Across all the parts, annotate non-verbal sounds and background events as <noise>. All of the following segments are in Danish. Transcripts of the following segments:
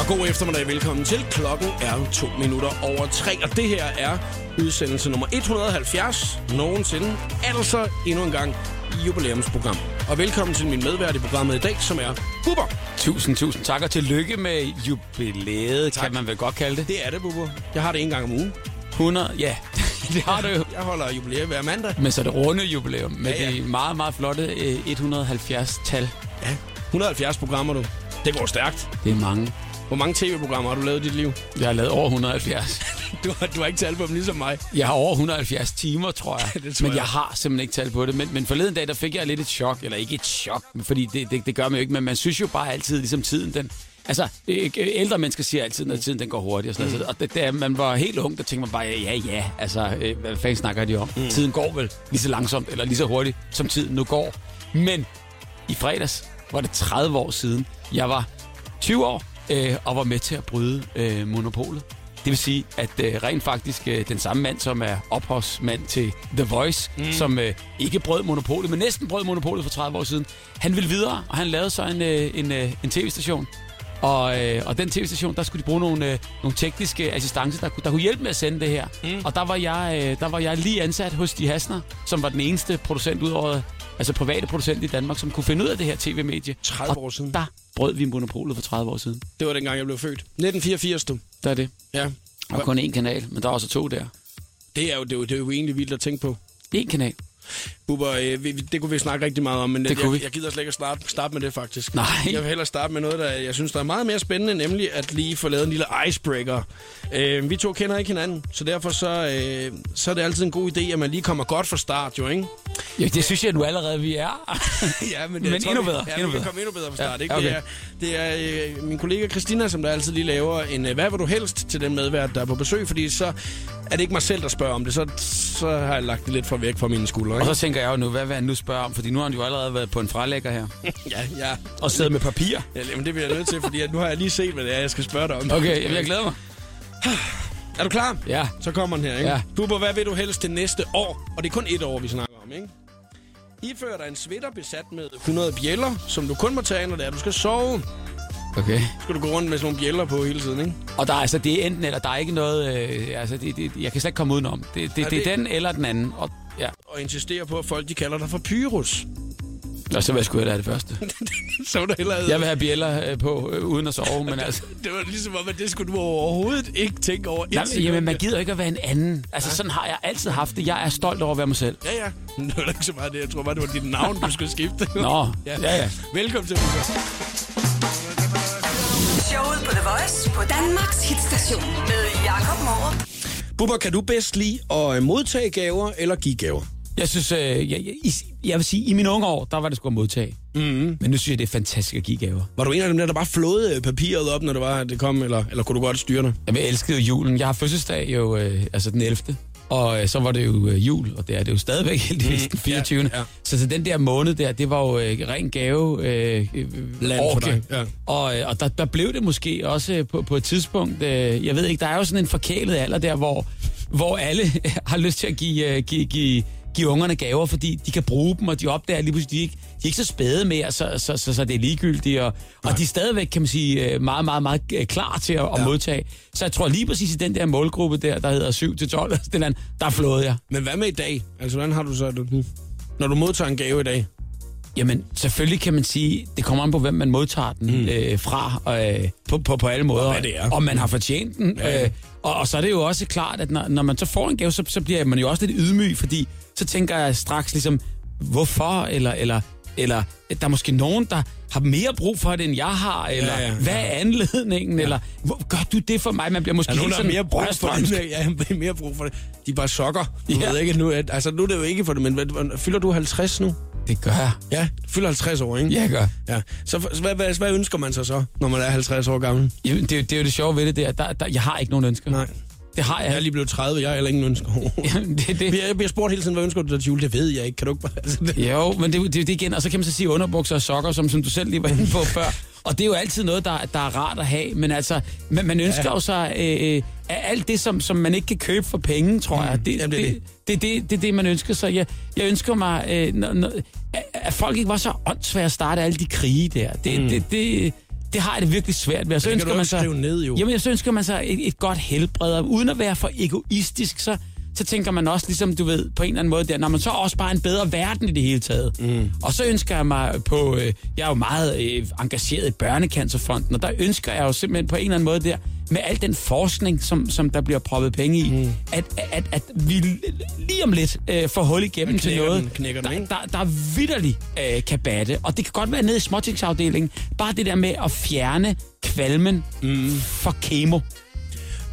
og god eftermiddag. Velkommen til. Klokken er to minutter over tre, og det her er udsendelse nummer 170 nogensinde. Altså endnu en gang jubilæumsprogram. Og velkommen til min medvært i programmet i dag, som er Bubber. Tusind, tusind tak, og tillykke med jubilæet, Tak. tak. kan man vel godt kalde det. Det er det, Bubber. Jeg har det en gang om ugen. 100, ja, <laughs> det har du jo. Jeg holder jubilæum hver mandag. Men så det runde jubilæum med Ja, ja, ja. ja. det meget, meget flotte eh, 170-tal. Ja, 170 programmer, du. Det går stærkt. Det er mange. Hvor mange tv-programmer har du lavet i dit liv? <laughs> Jeg har lavet over 170. Du har, du har ikke talt på dem ligesom mig. Jeg har over 170 timer, <laughs> tror jeg. Det tror men jeg. jeg har simpelthen ikke tal på det. Men, men forleden dag, der fik jeg lidt et chok. Eller ikke et chok, men fordi det, det, det gør man jo ikke. Men man synes jo bare altid, ligesom tiden den... Altså, øh, ældre mennesker siger altid, når tiden den går hurtigt. Og, sådan Mm. noget. Og det, da man var helt ung, der tænkte man bare, ja, ja, altså, øh, hvad fanden snakker de om? Mm. Tiden går vel lige så langsomt, eller lige så hurtigt, som tiden nu går. Men i fredags var det 30 år siden, jeg var 20 år øh, og var med til at bryde øh, monopolet. Det vil sige, at øh, rent faktisk øh, den samme mand, som er ophavsmand til The Voice, mm. som øh, ikke brød monopolet, men næsten brød monopolet for 30 år siden, han ville videre, og han lavede så en, øh, en, øh, en tv-station. Og, øh, og den tv-station, der skulle de bruge nogle, øh, nogle tekniske assistance, der, kunne- der kunne hjælpe med at sende det her. Mm. Og der var, jeg, øh, der var jeg lige ansat hos de Hasner, som var den eneste producent ud over, altså private producent i Danmark, som kunne finde ud af det her tv-medie. 30 og år siden. der brød vi monopolet for 30 år siden. Det var dengang, jeg blev født. 1984, du. Der er det. Ja. Og kun én kanal, men der er også to der. Det er jo, det er jo, det er jo egentlig vildt at tænke på. Én kanal. Bubber, øh, vi, vi- det kunne vi snakke rigtig meget om, men det jeg, kunne vi. jeg gider slet ikke at starte, starte med det faktisk. Nej. Jeg vil hellere starte med noget, der jeg synes, der er meget mere spændende, nemlig at lige få lavet en lille icebreaker. Øh, vi to kender ikke hinanden, så derfor så, øh, så er det altid en god idé, at man lige kommer godt fra start, jo, ikke? Ja, det synes jeg nu allerede, vi <laughs> er. ja, men, Men jeg tror, endnu vi- bedre, Ja, endnu vi kan bedre. komme endnu bedre fra Ja, start. Ikke? okay. Det er, det er øh, min kollega Christina, som der altid lige laver en øh, hvad vil du helst til den medvært, der er på besøg, fordi så er det ikke mig selv, der spørger om det, så, så har jeg lagt det lidt for væk fra mine skuldre. og Ikke? så tænker jeg jo nu, hvad vil han nu spørge om? Fordi nu har han jo allerede været på en frelægger her. Ja, ja. Og sidder med papir. Ja, jamen, det bliver jeg nødt til, fordi at nu har jeg lige set, hvad det er, jeg skal spørge dig om. Okay, jamen, jeg glæder mig. Er du klar? Ja. Så kommer den her, ikke? Ja. Ja. Bubber, hvad vil du helst til næste år? Og det er kun et år, vi snakker om, ikke? Ifører dig en sweater besat med 100 bjæller, som du kun må tage, når det er, du skal sove. Okay. Skal du gå rundt med sådan nogle bjæller på hele tiden, ikke? Og der er altså, det er enten eller, der er ikke noget, øh, altså, det, det, jeg kan slet ikke komme udenom. Det, det, det, det- er den eller den anden. Og, ja. Og insisterer på, at folk de kalder dig for Pyrus. <laughs> Nå, så hvad skulle jeg da have det første? så var der heller... Jeg vil have bjæller øh, på, øh, uden at sove, <laughs> men altså... Det var ligesom om, at det skulle du overhovedet ikke tænke over. et Nej, sekund. jamen, man gider ikke at være en anden. Altså, sådan har jeg altid haft det. Jeg er stolt over at være mig selv. Ja, <laughs> ja. Men det var da ikke så meget det. Jeg tror bare, det var dit navn, du skulle skifte. <laughs> Nå, ja, ja. Velkommen til, Bubber. Showet på The Voice på Danmarks hitstation med Jakob Morup. Bubber, kan du bedst lide at øh, modtage gaver eller give gaver? Jeg synes, øh, jeg, jeg, i- jeg vil sige, i mine unge år, der var det sgu at modtage. Mm-hmm. Men nu synes jeg, det er fantastisk at give gaver. Var du en af dem der, der bare flåede øh, papiret op, når det var, at det kom, eller, eller kunne du godt styre det? Jamen, Jeg elskede julen. Jeg har fødselsdag jo, øh, altså den 11. Og øh, så var det jo øh, jul, og det er det jo stadigvæk heldigvis den 24. ja. Ja, ja. Så, så den der måned der, det var jo øh, ren gave. Øh, øh, Land for orgie. dig, ja. Og, øh, og der, der blev det måske også øh, på, på et tidspunkt, øh, jeg ved ikke, der er jo sådan en forkælet alder der, hvor, hvor alle <laughs> har lyst til at give, øh, give, give, give ungerne gaver, fordi de kan bruge dem, og de opdager lige pludselig, de er ikke, de er ikke så spæde mere, så, så, så, så det er ligegyldigt, og, og de er stadigvæk, kan man sige, øh, meget, meget, meget øh, klar til at, at modtage. Så jeg tror lige præcis i den der målgruppe der, der hedder <laughs> 7-12, den anden, der flåede jeg. Men hvad med i dag? Altså, hvordan har du så det nu? Når du modtager en gave i dag? Jamen, selvfølgelig kan man sige, det kommer an på, hvem man modtager den mm. øh, fra, og, øh, på, på, på alle måder. hvad det er. Om man har fortjent den. Ja. Ja. Øh, og, og så er det jo også klart, at når, når man så får en gave, så, så bliver man jo også lidt ydmyg, fordi så tænker jeg straks ligesom, hvorfor, eller, eller, eller at der er måske nogen, der har mere brug for det, end jeg har, eller ja, ja, ja. ja, hvad er anledningen, ja. eller hvor, gør du det for mig? Man bliver måske Er nogen, der helt har mere sådan brug for rørstrømsk. det? <laughs> Ja, der er mere brug for det. De er bare sokker. Du ja. Ja. ved ikke, nu, at, altså, nu er det jo ikke for det, men hvad- fylder du 50 nu? Det gør jeg. Ja, du fylder 50 år, ikke? Ja, jeg gør. ja. Så f- hvad, hvad, hvad, ønsker man sig så, når man er 50 år gammel? Jamen, det, er jo- det er jo det sjove ved det, det er, at der, der, jeg har ikke nogen ønsker. Nej. Det har jeg. Jeg er lige blevet 30, jeg har heller ingen <laughs> ønsker. <laughs> Jamen, det, er det. Vi- Jeg bliver spurgt hele tiden, hvad ønsker du dig til jul? Det ved jeg ikke. Kan du ikke bare... Altså, det... <laughs> Jo, men det, er jo- det, er jo det igen. Og så kan man så sige underbukser og sokker, som, som du selv lige var inde på før. Og det er jo altid noget, der, der er rart at have. Men altså, man, man ønsker ja. jo sig øh, øh, af alt det, som, som man ikke kan købe for penge, tror jeg. Det, Mm, Jamen, det er det. det, det, det, det er det, man ønsker sig. Jeg, jeg ønsker mig, øh, når, når, at- at folk ikke var så åndssvage at starte alle de krige der. Det, mm. det, det, det, det har jeg det virkelig svært med. Og så det kan ønsker du man ikke sig, skrive ned, jo. Jamen, så ønsker man sig et, et godt helbred, og uden at være for egoistisk, så, så tænker man også, ligesom du ved, på en eller anden måde der, når man så også bare en bedre verden i det hele taget. Mm. Og så ønsker jeg mig på, øh, jeg er jo meget øh, engageret i Børnecancerfonden, og der ønsker jeg jo simpelthen på en eller anden måde der, med al den forskning, som, som der bliver proppet penge i, mm. at, at, at vi lige om lidt øh, får hul igennem til knækker noget, den- knækker den, der, ikke? der, der vidderligt øh, kan batte. Og det kan godt være nede i småtingsafdelingen. Bare det der med at fjerne kvalmen mm. for kemo.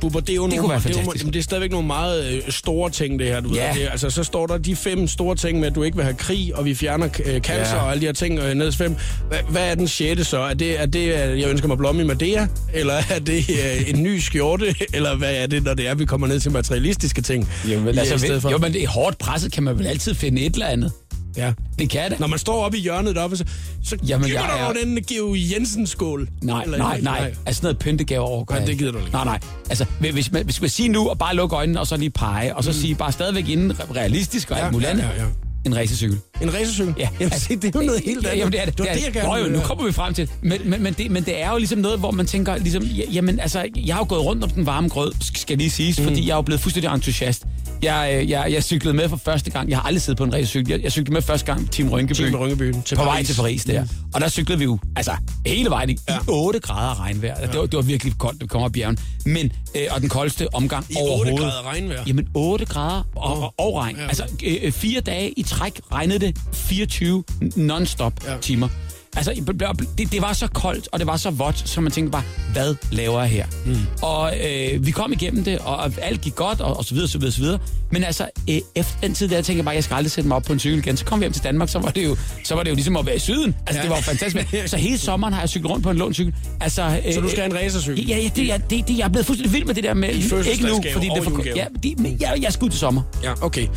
Bubber, det er jo det, kunne nogle, være det, er jo, fantastisk. jamen, det er stadigvæk nogle meget øh, store ting, det her. Du Ja. ved. Det, er- altså, så står der de fem store ting med, at du ikke vil have krig, og vi fjerner øh, cancer Ja. ja. og alle de her ting øh, ned til fem. Hva, hvad er den sjette så? Er det, er det, at jeg ønsker mig blomme i Madea? Eller <laughs> er det øh, en ny skjorte? <laughs> Eller hvad er det, når det er, vi kommer ned til materialistiske ting? i, øh, stedet for? altså, jo, men det er hårdt presset, kan man vel altid finde et eller andet. ja. Det kan det. Når man står oppe i hjørnet deroppe, så, så Jamen, Jamen, kigger jeg du er- over den Geo Jensen-skål. Nej, Eller- nej, nej. Altså sådan noget pyntegave overgår Nej, jeg det gider du ikke. Nej, nej. Altså, hvis- hvis man, hvis man siger nu, og bare lukke øjnene, og så lige pege, og så mm. sige bare stadigvæk inden realistisk og Ja, alt muligt ja, andet. ja, ja. En racercykel. En racercykel? <laughs> Ja, Jamen, se, Altså, det er jo noget helt andet. Jamen, det er det. Det var det, er jeg gerne Nå, jo, ville nu høre. kommer vi frem til. det. Men, men, men, det, men det er jo ligesom noget, hvor man tænker, ligesom, ja- jamen, altså, jeg har jo gået rundt om den varme grød, sk- skal lige siges, mm. fordi jeg er jo blevet fuldstændig entusiast. Jeg, øh, jeg, jeg cyklede med for første gang. Jeg har aldrig siddet på en racercykel. Jeg, jeg cyklede med første gang Team Rynkeby. Team Rynkeby til på vej Paris. til Paris der. Mm. Og der cyklede vi jo altså, hele vejen i ja. 8 grader regnvejr. Det, var, det var virkelig koldt, det kommer op bjergen. Men, øh, og den koldeste omgang I 8 overhovedet. grader regnvejr? Jamen 8 grader og, og, og regn. Ja. Altså øh, øh, fire dage i træk regnede det 24 non-stop Ja. timer. Altså, i- bl- bl- det, det var så koldt, og det var så vådt, så man tænkte bare, hvad laver jeg her? Mm. Og øh, vi kom igennem det, og, og alt gik godt, og, og så videre, så videre, så videre. Men altså, øh, efter den tid der, tænkte jeg bare, jeg skal aldrig sætte mig op på en cykel igen. Så kom vi hjem til Danmark, så var det jo, så var det jo ligesom at være i syden. Altså, ja. Ja. det var jo fantastisk. <laughs> Så hele sommeren har jeg cyklet rundt på en lånt cykel. Altså, øh, Så du skal have en racercykel? Ja, ja det, jeg, det, det, jeg er blevet fuldstændig vild med det der med... Ikke nu, fødselsdagsgave fordi det er og for... julegave. Ja, de, men jeg, jeg skal ud til sommer. Ja, okay.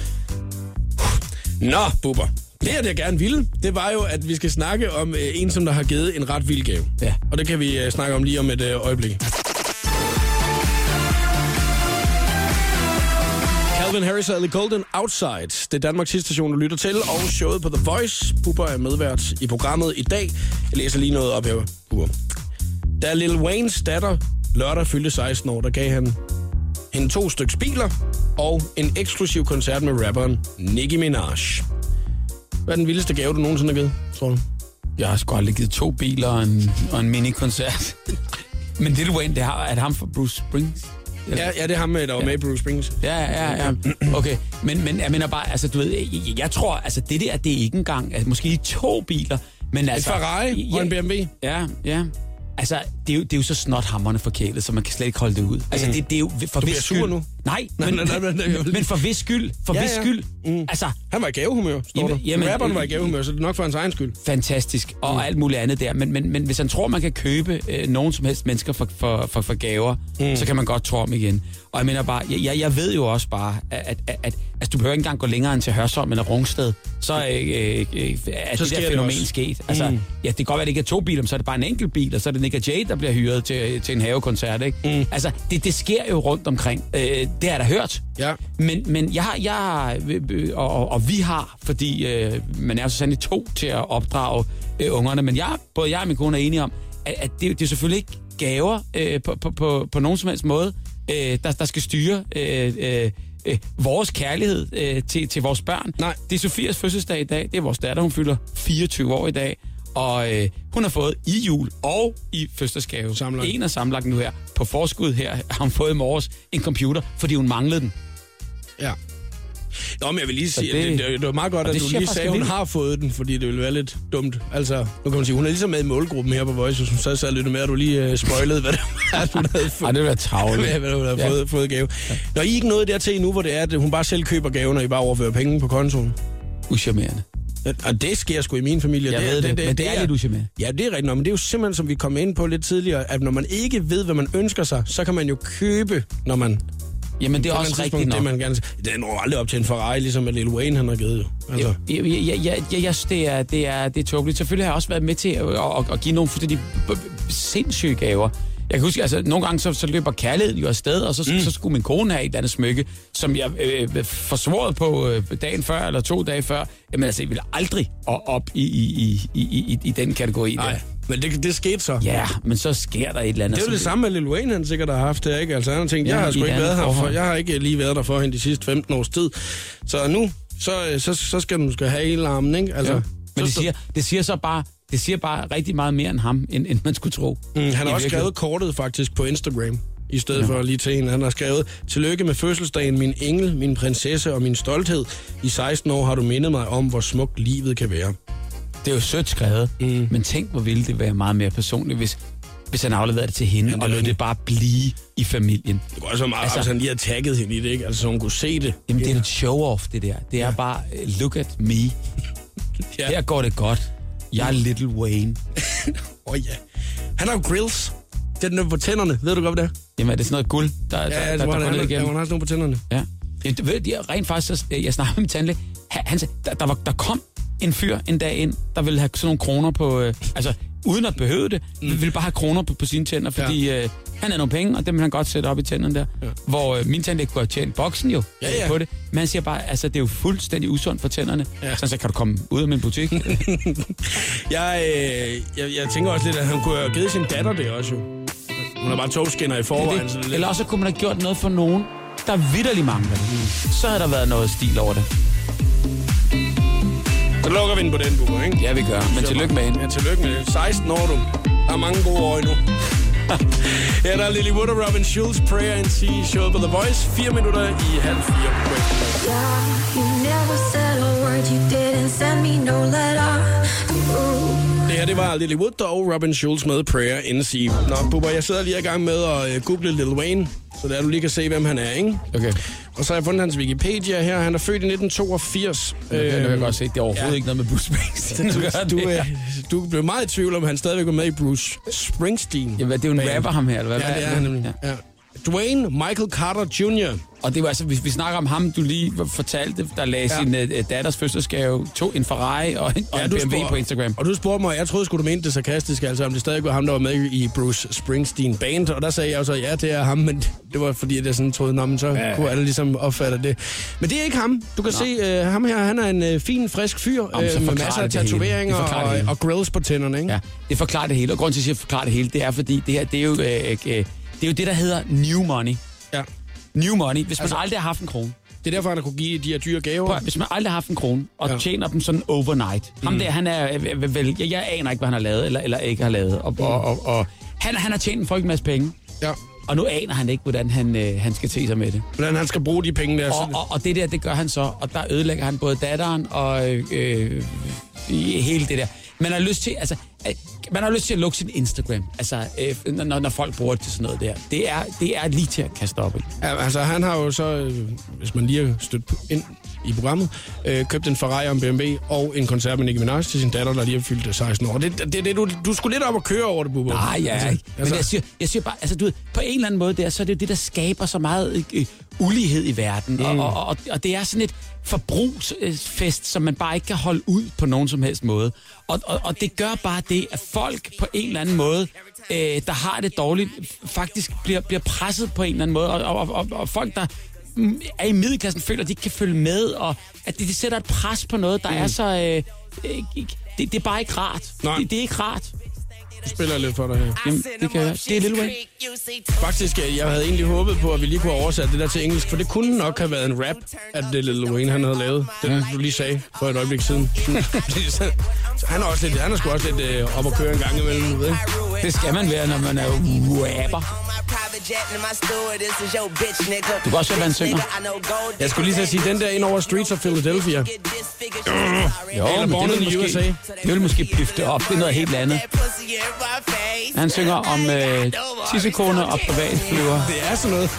Nå, Bubber. Det, her, det jeg gerne ville, det var jo, at vi skal snakke om øh, en, som der har givet en ret vild gave. Ja. Og det kan vi øh, snakke om lige om et øh, øjeblik. Calvin Harris og Ellie Golden Outside. Det er Danmarks station, du lytter til, og showet på The Voice. Bubber er medvært i programmet i dag. Jeg læser lige noget op her, Bubber. Da Lil Waynes datter lørdag fyldte 16 år, der gav han hende to stykker biler og en eksklusiv koncert med rapperen Nicki Minaj. Hvad er den vildeste gave, du nogensinde har givet, tror du? Jeg har sgu aldrig givet to biler og en, og en minikoncert. <laughs> men Lil Wayne, det har, er det ham fra Bruce Springs? Ja, ja det er ham, der var med i Bruce Springs. Ja, ja, ja. Okay, men, men jeg mener bare, altså du ved, jeg, jeg tror, altså det der, det er ikke engang, altså, måske lige to biler, men altså... Ferrari og en BMW. Ja, ja. Altså, det er jo, det er jo så snot hammerne forkælet, så man kan slet ikke holde det ud. Altså, det, det er jo for Mm. bliver vis sur skyld... nu. Nej, Nej, men, nej, nej, nej, nej, jeg vil- <laughs> men for vis skyld, for ja, Ja, Mm. vis ja. skyld, altså, Han var i gavehumør, står Jamen- der. jamen, Rapperen var i øh, gavehumør, så det er nok for hans egen skyld. fantastisk, og mm. alt muligt andet der. Men, men, men hvis han tror, man kan købe øh, nogen som helst mennesker for, for, for, for gaver, mm. så kan man godt tro om igen. Og jeg mener bare, jeg, jeg, jeg ved jo også bare, at, at, at, at altså, du behøver ikke engang gå længere end til Hørsholm eller Rungsted, så øh, øh, øh, er Så sker det der det fænomen også. sket. Altså, mm. ja, det kan godt være, at det ikke er to biler, men så er det bare en enkelt bil, og så er det Nick og Jay, der bliver hyret til, til en havekoncert. Ikke? Mm. Altså, det, det sker jo rundt omkring. Øh, det er der hørt. Ja. Men, men jeg, har- jeg har, øh, øh, og, og, og vi har, fordi øh, man er jo så sandelig to til at opdrage øh, ungerne, men jeg, både jeg og min kone er enige om, at, at det, det er selvfølgelig ikke gaver øh, på, på, på, på nogen som helst måde, øh, der, der skal styre øh, øh, øh, vores kærlighed øh, til, til vores børn. Nej. Det er Sofias fødselsdag i dag, det er vores datter, hun fylder 24 år i dag, og øh, hun har fået i jul og i fødselsdagsgave Sammenlagt. en af sammenlagt nu her, på forskud her, har hun fået i morges en computer, fordi hun manglede den. Ja. Nå, men jeg vil lige sige, det- det, at det, det var meget godt, Og at det du synes jeg lige faktisk sagde, er at hun vildt. har fået den, fordi det ville være lidt dumt. Altså, nu kan man sige, hun er ligesom med i målgruppen her på Voice, hvis hun så sad lidt med, at du lige uh, spoilede, hvad det var, hun havde fået. Ej, det ville være <laughs> travligt. Hvad, hvad hun havde Ja. fået, fået gave. Når I ikke nåede dertil endnu, hvor det er, at hun bare selv køber gaven, og I bare overfører penge på kontoen. Uschammerende. Og det sker sgu i min familie. Jeg det, ved det, men det er lidt uschammerende. Ja, det er rigtigt. Nå, Men det er jo simpelthen, som vi kom ind på lidt tidligere, at når man ikke ved, hvad man ønsker sig, så kan man jo købe, når man... Jamen, det er på et også eller andet rigtigt tidspunkt, nok. Det, man gerne... det når aldrig op til en Ferrari, ligesom at Lil Wayne han har givet. jo. Altså. Jeg, jeg, jeg, jeg, jeg, jeg synes, det er, det er, det er tåbeligt. Selvfølgelig har jeg også været med til at, at, at give nogle fuldstændig b- b- sindssyge gaver. Jeg kan huske, altså, nogle gange så, så løber kærligheden jo afsted, og så, mm. så skulle min kone have et eller andet smykke, som jeg øh, forsvoret på øh, dagen før, eller to dage før. Jamen altså, jeg ville aldrig op i, i, i, i, i, i den kategori. Nej. Der. Men det, det skete så. Ja, men så sker der et eller andet. Det er jo som det samme med Lil Wayne, han sikkert har haft det, ikke? Altså han har tænkt, Altså, jeg Ja, har i sgu et ikke andet været her for, forhold. jeg har ikke lige været der for hende de sidste 15 års tid. Så nu, så, øh, så, så skal den skal have hele armen, ikke? Altså, Ja. ja. Men det siger, det siger så bare, det siger bare rigtig meget mere end ham, end, end man skulle tro. Mm, han I har også virkeligheden. skrevet kortet faktisk på Instagram, i stedet ja. for lige til en. Han har skrevet, tillykke med fødselsdagen, min engel, min prinsesse og min stolthed. I 16 år har du mindet mig om, hvor smukt livet kan være. Det er jo sødt skrevet, mm. men tænk, hvor ville det være meget mere personligt, hvis, hvis han afleverede det til hende, det og er lod det rigtigt. bare blive i familien. Det går også meget, altså, Altså- hvis han lige har tagget hende i det, ikke? Altså, så hun kunne se det. Jamen, det er et show-off, det der. Det er bare, øh, look at me. Ja. Her går det godt. Jeg er Little Wayne. Åh oh, ja. Han har jo grills. Det er den der på tænderne. Ved du godt, hvad det er? Jamen, er det sådan noget guld, der, ja, der, Ja, der, ja, der, hvor der, han, går han, ned han, ja, hvor igennem? han har sådan nogle på tænderne. Ja. Jamen, du ved, de er rent faktisk, så, jeg snakkede med min tandlæge, han, han sagde, der, der, var, der kom en fyr en dag ind, der ville have sådan nogle kroner på, øh, altså uden at behøve det, mm. ville bare have kroner på, på sine tænder, fordi øh, han havde nogle penge, og dem ville han godt sætte op i tænderne der. Ja. Hvor øh, min tandlæge kunne have tjent boksen jo Ja, ja, ja. ja. på det, men han siger bare, altså det er jo fuldstændig usundt for tænderne, Ja. ja. så han sagde, kan du komme ud af min <laughs> butik? Jeg, øh, jeg, jeg tænker også lidt, at han kunne have givet sin datter det også, jo. Hun er bare togskinner i forvejen. så det. lidt- Eller også kunne man have gjort noget for nogen, der vidderlig mangler. Mm. Så havde der været noget stil over det. Så lukker vi den på den, Bubber, ikke? Ja, vi gør, men tillykke med hende. Ja, tillykke med det. 16 år, du. Der er mange gode <laughs> år endnu. ja, der er Lily Wood og Robin Schulz, Prayer and Sea, showet på The Voice. 4 minutter i halv fire. på eftermiddagen. You never said a word, you didn't send me no letter. Ooh. Det her, det var Lily Wood og Robin Schulz med Prayer and Sea. Nå, Bubber, jeg sidder lige i gang med at øh, google Lil Wayne, så der du lige kan se, hvem han er, ikke? Okay. Og så har jeg fundet hans Wikipedia her. Han er født i 1982. Det kan jeg Øhm, nok godt se. Det er overhovedet ja. ja. ikke noget med Bruce Springsteen. at gøre, Du, det her. øh, du blev meget i tvivl om, han stadigvæk var med i Bruce Springsteen. Jamen, det er jo en Band. rapper, ham her, eller hvad? Ja, det er han nemlig. Ja. Dwayne Michael Carter Jr. Og det var altså, hvis vi snakker om ham, du lige fortalte, der lagde Ja. ja. sin uh, datters fødselsgave, to en Ferrari og en, ja, og en BMW på Instagram. Og du spurgte mig, jeg troede sgu, du mente det sarkastisk, altså om det stadig var ham, der var med i Bruce Springsteen Band. Og der sagde jeg jo så, ja, det er ham, men det var fordi, at jeg sådan troede, "Nå, men så ja. Ja. kunne alle ligesom opfatte det. Men det er ikke ham. Du kan Nå. se, uh, ham her, han er en uh, fin, frisk fyr uh, så med forklarer masser af det det hele. Det tatoveringer forklarer det og, hele. og grills på tænderne, ikke? Ja, det forklarer det hele. Og grunden til, at jeg siger, forklarer det hele, det er, fordi det her, det er jo, øh, øh, det, er jo det, der hedder new money. ja. New money, hvis Altså- man altså, aldrig har haft en krone. Det er derfor, han har kunne give de her dyre gaver. Prøv, at- hvis man aldrig har haft en krone, og Ja. Mm. ja. tjener dem sådan overnight. Ham der, han er, øh, øh, vel, jeg, jeg aner ikke, hvad han har lavet, eller, eller ikke har lavet. Og, og, og, og han, han har tjent en folkelig masse penge, Mm. Ja. og nu aner han ikke, hvordan han, øh, han skal te sig med det. hvordan han skal bruge de penge der. Og, Og, og, og, og det der, det gør han så, og der ødelægger han både datteren og øh, øh, i- hele det der. Man har lyst til, altså, øh, man har lyst til at lukke sin Instagram, altså, øh, når, når folk bruger det til sådan noget der. Det er, det er lige til at kaste op i. altså, han har jo så, øh, hvis man lige har stødt ind i programmet, øh, købt en Ferrari og en BMW og en koncert med Nicki Minaj til sin datter, der lige har fyldt øh, 16 år. Det, det, det du, du skulle lidt op og køre over det, Bubber. Altså, Nej, jeg er ikke. Men jeg siger, jeg siger bare, altså du ved, på en eller anden måde der, så er det jo det, der skaber så meget øh, ulighed i verden. Og, og, og, og det er sådan et forbrugsfest, som man bare ikke kan holde ud på nogen som helst måde. Og, og, og det gør bare det, at folk på en eller anden måde, øh, der har det dårligt, faktisk bliver, bliver presset på en eller anden måde. Og, og, og, og folk, der mm, er i middelklassen, føler, at de ikke kan følge med, og at det de sætter et pres på noget, der er så... Øh, øh, ikke- det, det er bare ikke rart. Nej. Det, det er ikke rart. Jeg spiller lidt for dig her. Jamen, det kan jeg. Det er Lil Wayne. Faktisk, øh, jeg havde egentlig håbet på, at vi lige kunne have oversat det der til engelsk, for det kunne nok have været en rap, at det Lil Wayne han havde lavet. Den, ja. du lige sagde for et øjeblik <laughs> siden. så, så han er, også lidt, han er sgu også lidt øh, op og køre en gang imellem, du ved. ikke? Det skal man være, når man er rapper. Du kan også selv være en synger. Jeg skulle lige så sige, den der ind over Streets of Philadelphia. Mm. Jo, Eller men Born det in vil the USA. måske, det vil måske pifte op. Det er noget helt andet. Han synger om øh, tissekone og privatflyver. Det er sådan noget.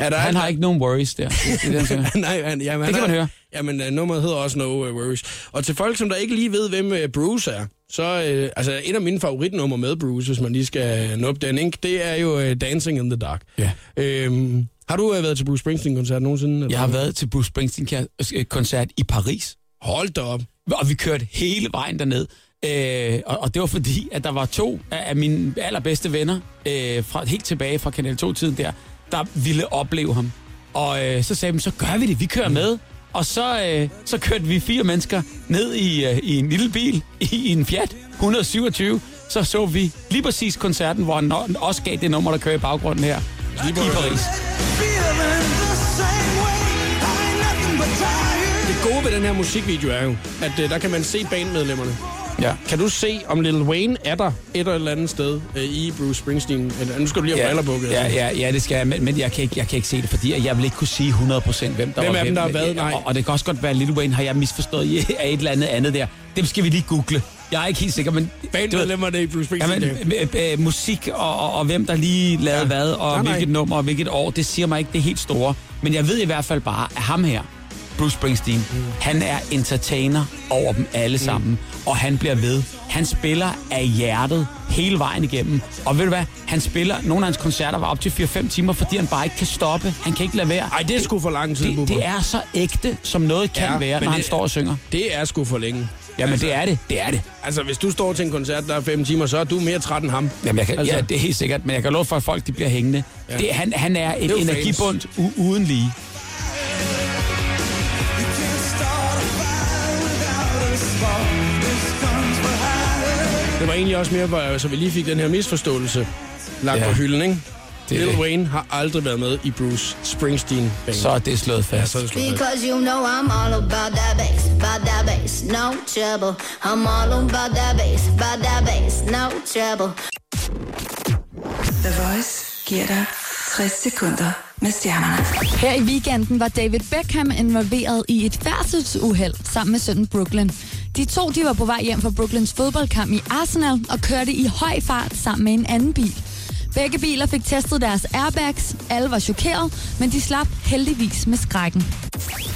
Er der Han har ikke nogen worries der. Det, er det, han synger. <laughs> Nej, han, jamen, han Det kan er- man høre. Jamen, øh, nummeret hedder også No øh, Worries. Og til folk, som der ikke lige ved, hvem øh, Bruce er, så øh, altså en af mine favoritnummer med Bruce, hvis man lige skal nå op den, ikke? det er jo øh, Dancing in the Dark. Ja. Øhm, har du øh, været til Bruce Springsteen-koncert nogensinde? Eller? Jeg har været til Bruce Springsteen-koncert i Paris. Hold da op. Og vi kørte hele vejen derned. Øh, og, og det var fordi, at der var to af, af mine allerbedste venner, øh, fra, helt tilbage fra Kanal 2-tiden der, der ville opleve ham. Og øh, så sagde de, så gør vi det, vi kører med. Og så, øh, så kørte vi fire mennesker ned i, øh, i en lille bil, i, i en Fiat 127. Så så vi lige præcis koncerten, hvor han no- også gav det nummer, der kører i baggrunden her i Paris. Det gode ved den her musikvideo er jo, at øh, der kan man se bandmedlemmerne. Ja. Kan du se, om Lil Wayne er der et eller andet sted øh, i Bruce Springsteen? Eller, nu skal du lige have briller på. Gade. ja, ja, ja, det skal jeg, men, men jeg, kan ikke, jeg kan ikke se det, fordi at jeg vil ikke kunne sige 100% hvem der hvem var af dem, der er hvad? Nej. Og, og det kan også godt være, at Lil Wayne har jeg misforstået <laughs> af et eller andet andet der. Dem skal vi lige google. Jeg er ikke helt sikker, men... du ved- Bandmedlemmerne i Bruce Springsteen. Jamen, Ja, øh, øh, øh, musik og, og, og hvem der lige lavede ja. hvad, og Nej, nej. hvilket nummer og hvilket år, det siger mig ikke det helt store. Men jeg ved i hvert fald bare, at ham her, Bruce Springsteen, mm. han er entertainer over dem alle sammen. Og han bliver ved. Han spiller af hjertet hele vejen igennem. Og ved du hvad? Han spiller, nogle af hans koncerter var op til 4-5 timer, fordi han bare ikke kan stoppe. Han kan ikke lade være. Ej, det er sgu for lang tid, det, Bubber. det er så ægte, som noget kan Ja, ja, være, men når han det- står og synger. Det er sgu for længe. Jamen, det er det. Det er det. Altså, hvis du står til en koncert, der er fem timer, så er du mere træt end ham. Jamen, jeg kan, Altså- altså, ja, det er helt sikkert, men jeg kan love for, at folk de bliver hængende. Ja. Det, han, han er et er jo fans. energibund Uh, u- uden lige. Det var egentlig også mere, hvor- så vi lige fik den her misforståelse lagt Ja. på hylden, ikke? Det er Lil det. Wayne har aldrig været med i Bruce Springsteen Band. Så er det slået Ja, fast. så er det slået fast. Because you know I'm all about that bass, about that bass, no trouble. I'm all about that bass, about that bass, no trouble. The Voice giver dig 60 sekunder med stjernerne. Her i weekenden var David Beckham involveret i et færdselsuheld sammen med sønnen Brooklyn. De to de var på vej hjem fra Brooklyns fodboldkamp i Arsenal og kørte i høj fart sammen med en anden bil. Begge biler fik testet deres airbags, alle var chokeret, men de slap heldigvis med skrækken.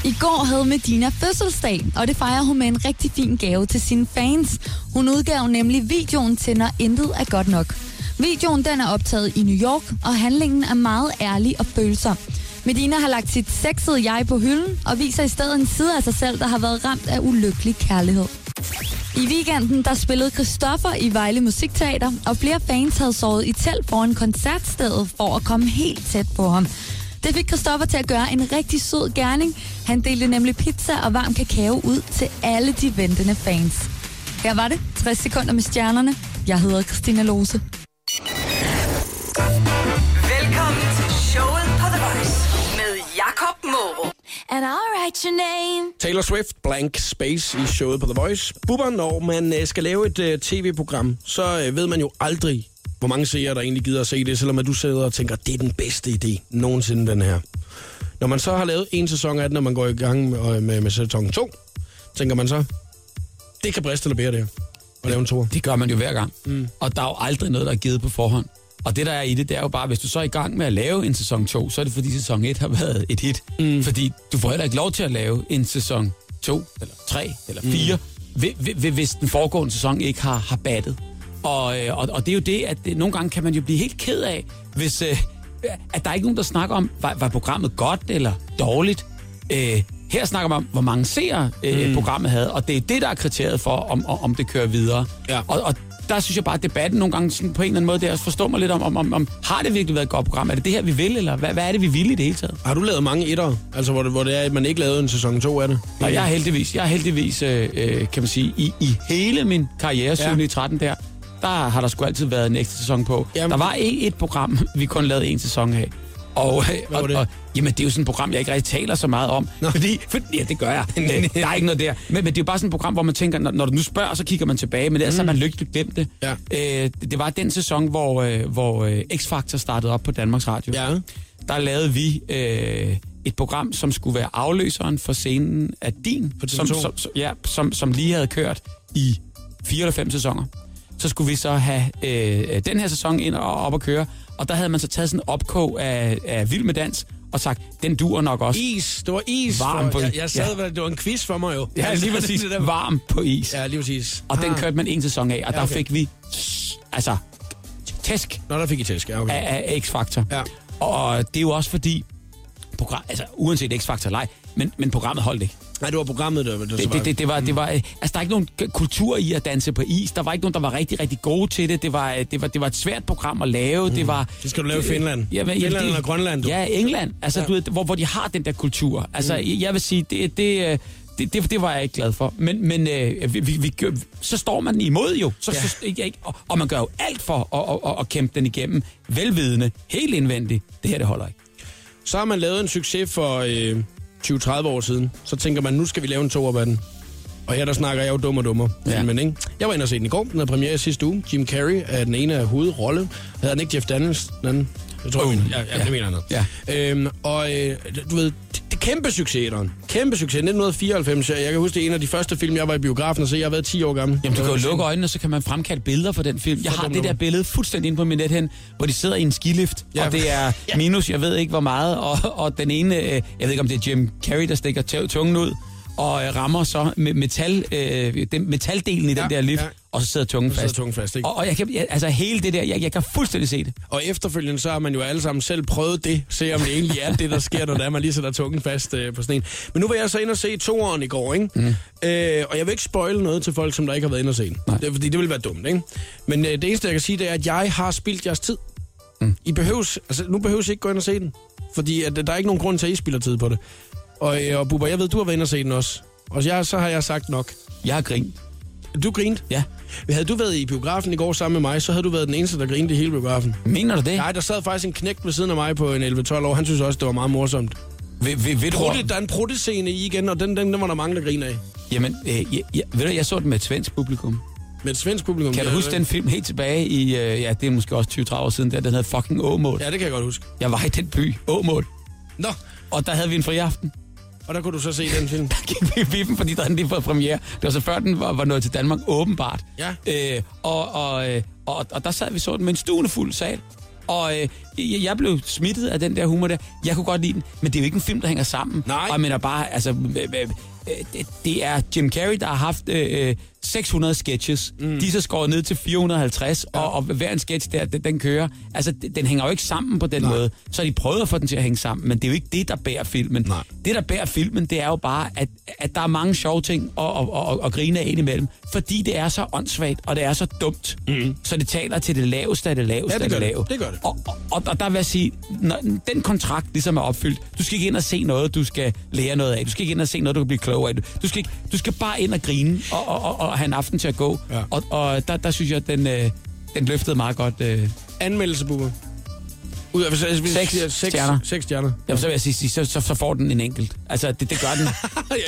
I går havde Medina fødselsdag, og det fejrer hun med en rigtig fin gave til sine fans. Hun udgav nemlig videoen til Når Intet er Godt Nok. Videoen den er optaget i New York, og handlingen er meget ærlig og følsom. Medina har lagt sit sexede jeg på hylden og viser i stedet en side af sig selv, der har været ramt af ulykkelig kærlighed. I weekenden der spillede Christoffer i Vejle Musikteater, og flere fans havde sovet i telt foran koncertstedet for at komme helt tæt på ham. Det fik Christoffer til at gøre en rigtig sød gerning. Han delte nemlig pizza og varm kakao ud til alle de ventende fans. Her var det 60 sekunder med stjernerne. Jeg hedder Christina Lose. Velkommen til showet på The Voice med Jakob Moro. And I'll write your name. Taylor Swift, Blank Space i showet på The Voice. Bubber, når man øh, skal lave et øh, tv-program, så øh, ved man jo aldrig, hvor mange seere, der egentlig gider at se det, selvom at du sidder og tænker, det er den bedste idé nogensinde, den her. Når man så har lavet en sæson af den, og man går i gang med, øh, med, med sæson 2, tænker man så, det kan briste eller bære det her, at lave en tour. Det gør man jo hver gang. Mm. Og der er jo aldrig noget, der er givet på forhånd. Og det, der er i det, det er jo bare, hvis du så er i gang med at lave en sæson 2, så er det fordi sæson 1 har været et hit. Mm. Fordi du får heller ikke lov til at lave en sæson 2, eller 3, eller 4, mm. hvis den foregående sæson ikke har, har battet. Og, øh, og, og det er jo det, at det, nogle gange kan man jo blive helt ked af, hvis øh, at der er ikke nogen, der snakker om, var, var programmet godt eller dårligt. Øh, her snakker man om, hvor mange seere øh, mm. programmet havde, og det er det, der er kriteriet for, om, om om det kører videre. Ja. Og, og der synes jeg bare, at debatten nogle gange sådan på en eller anden måde, det er også forstår mig lidt om, om, om, om, har det virkelig været et godt program? Er det det her, vi vil, eller hvad, hvad er det, vi vil i det hele taget? Har du lavet mange etter, altså hvor det, hvor det er, at man ikke lavede en sæson 2 af det? Og jeg er heldigvis, jeg er heldigvis øh, øh, kan man sige, i, i hele min karriere, Ja. ja. 7. i 13 der, der har der sgu altid været en ekstra sæson på. Jamen. Jamen. Der var ikke et program, <laughs> vi kun lavede en sæson af. Og, øh, var og, det? og, jamen, det er jo sådan et program, jeg ikke rigtig taler så meget om. Nå. Fordi, for, ja, det gør jeg. <laughs> Øh, der er ikke noget der. Men, men det er jo bare sådan et program, hvor man tænker, når, når du nu spørger, så kigger man tilbage, men ellers mm. har man lykkeligt glemt det. Ja. Øh, det, det var den sæson, hvor, øh, hvor øh, X-Factor startede op på Danmarks Radio Ja. der lavede vi øh, et program, som skulle være afløseren for scenen af din, På TV2. som, som, som, ja, som, som lige havde kørt i fire eller fem sæsoner. Så skulle vi så have øh, den her sæson ind og op at køre, og der havde man så taget sådan en opkog af, af Vild med Dans og sagt, den duer nok også. Is, det var is. Varm for, på jeg, is, jeg sad, ja. ja. det var en quiz for mig jo. <laughs> Ja, Altså, lige præcis. det der- Varm på is. Ja, lige præcis. Og den Ah. kørte man en sæson af, og Ja, der okay. fik vi altså tæsk Nå, der fik I tæsk. Ja, okay. af, af X-Factor. Ja. Og det er jo også fordi, program, altså uanset X-Factor eller ej, men, men programmet holdt ikke. Nej, det var programmet, der, der så Det, var- det, det, det var, det var, øh, altså, der er ikke nogen k- kultur i at danse på is. Der var ikke nogen, der var rigtig, rigtig gode til det. Det var, øh, det var, det var et svært program at lave. Det, var, Mm. Det skal du lave i Finland. Ja, men- Finland det- eller Grønland, du. Ja, England. Altså, ja. Du ved, hvor, hvor de har den der kultur. Altså, mm. jeg vil sige, det, det, øh, det, det, det var jeg ikke glad for. Men, men øh, vi, vi, vi, gør- så står man imod jo. Så, ja. så, jeg, ikke- og, og man gør jo alt for at, at, at, at kæmpe den igennem. Velvidende, helt indvendigt. Det her, det holder ikke. Så har man lavet en succes for øh, 20-30 år siden. Så tænker man, nu skal vi lave en toer af den. Og her der snakker jeg jo dum og dummer. Ja. Ja. Men, ikke? Jeg var inde og se den i går. Den havde premiere i sidste uge. Jim Carrey er den ene af hovedrolle. Havde han ikke Jeff Daniels? Den anden? Jeg tror, Oh, oh, jeg, mener. ja, ja, ja. det mener han. havde. Ja. Øhm, og øh, du ved, det, det er kæmpe succes, Etteren. Kæmpe succes. 1994. Jeg kan huske, det er en af de første film, jeg var i biografen og se. Jeg har været 10 år gammel. Jamen, du kan Det jo var- lukke øjnene, og så kan man fremkalde billeder fra den film. Jeg For har dum det der nummer. billede fuldstændig inde på min nethen, hvor de sidder i en skilift, Ja. og det <laughs> er Ja. minus, jeg ved ikke hvor meget, og, og den ene, øh, jeg ved ikke om det er Jim Carrey, der stikker tæ- tungen ud, og øh, rammer så med metal, øh, den, metaldelen i den Ja, der lift, ja. og så sidder tungen Så sidder fast. tungen fast, ikke? Og, og jeg kan, jeg, altså hele det der, jeg, jeg kan fuldstændig se det. Og efterfølgende, så har man jo alle sammen selv prøvet det. Se om det egentlig er det, der sker, når det er, man lige sætter tungen fast øh, på sneen. Men nu var jeg så ind og se toeren i går, ikke? Mm. Øh, og jeg vil ikke spoil noget til folk, som der ikke har været ind og se den. Det, fordi det vil være dumt, ikke? Men øh, det eneste, jeg kan sige, det er, at jeg har spildt jeres tid. Mm. I behøves, altså, nu behøves I ikke gå ind og se den. Fordi at, øh, der er ikke nogen grund til, at I spilder tid på det. Og, øh, og Bubber, jeg ved, du har været ind og se den også. Og jeg, så har jeg sagt nok. Jeg har grint. Du grinte. Ja. Havde du været i biografen i går sammen med mig, så havde du været den eneste, der grinte i hele biografen. Mener du det? Nej, der sad faktisk en knægt ved siden af mig på en 11-12 år. Han synes også, det var meget morsomt. Ved, ved, ved du, om- Prutte, der er en pruttescene i igen, og den, den, den var der mange, der griner af. jamen, øh, jeg, jeg, ved du, jeg så den med et svensk publikum. Med et svensk publikum. Kan du Ja, huske det- den film helt tilbage i, øh, ja, det er måske også 20-30 år siden, der, den hed fucking Åmål. Ja, det kan jeg godt huske. Jeg var i den by, Åmål, Nå, og der havde vi en friaften. og der kunne du så se den film. Der gik vi i vippen, fordi der havde den lige fået premiere. Det var så før den var, var nået til Danmark, åbenbart. Ja. Øh, og, og, øh, og, og der sad vi så den med en stuende fuld sal. Og øh, jeg jeg blev smittet af den der humor der. Jeg kunne godt lide den, men det er jo ikke en film, der hænger sammen. Nej. Og jeg mener bare, altså, øh, øh, øh, det- det er Jim Carrey, der har haft øh, øh, 600 sketches. Mm. De er så skåret ned til 450, ja. og, og hver en sketch der, den, den kører. Altså, d- den hænger jo ikke sammen på den Nej. måde. Så har de prøvet at få den til at hænge sammen, men det er jo ikke det, der bærer filmen. Nej. Det, der bærer filmen, det er jo bare, at, at der er mange sjove ting at, at, at, at grine af indimellem, fordi det er så åndssvagt, og det er så dumt, mm. så det taler til det laveste af det laveste Ja, det af gør det det. lave. Det gør det. Og, og, og, og der vil jeg sige, når den kontrakt ligesom er opfyldt, du skal ikke ind og se noget, du skal lære noget af. Du skal ikke ind og se noget, du kan blive klogere af. Du skal, ikke, du skal bare ind og grine og, og, og, og have en aften til at gå. Ja. Og, og der, der synes jeg, den, øh, den løftede meget godt. Øh. Anmeldelse, Bubber. Ud af, hvis, hvis, hvis, Seks seks, seks stjerner. stjerner. Seks stjerner. Jamen, så vil jeg sige, så, så, så får den en enkelt. Altså, det, det gør <laughs> den.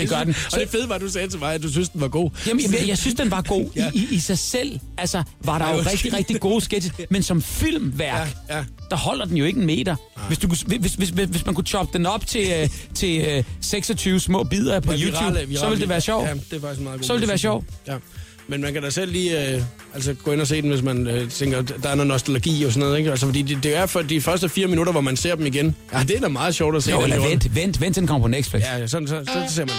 det gør den. Og det fede var, at du sagde til mig, at du synes, den var god. Jamen, jeg, jeg synes, den var <laughs> god ja. Ja. I, i, i sig selv. Altså, var der Ej, jo undskyld. rigtig, rigtig gode sketches, men som filmværk, Ja, ja. der holder den jo ikke en meter. Hvis, du, kunne- hvis, hvis, hvis, hvis man kunne choppe den op til, øh, til øh, 26 små bidder på Men YouTube, virale- virale- så ville det være sjovt. Ja, det er faktisk en meget god. Så ville det være sjovt. Ja. Men man kan da selv lige øh, altså gå ind og se den, hvis man øh, tænker, at der er noget nostalgi og sådan noget. Ikke? Altså, fordi det, det er for de første fire minutter, hvor man ser dem igen. Ja, det er da meget sjovt at se. Jo, den eller lort. vent, vent, vent til den kommer på Netflix. Ja, ja, sådan, så, så, så ser man.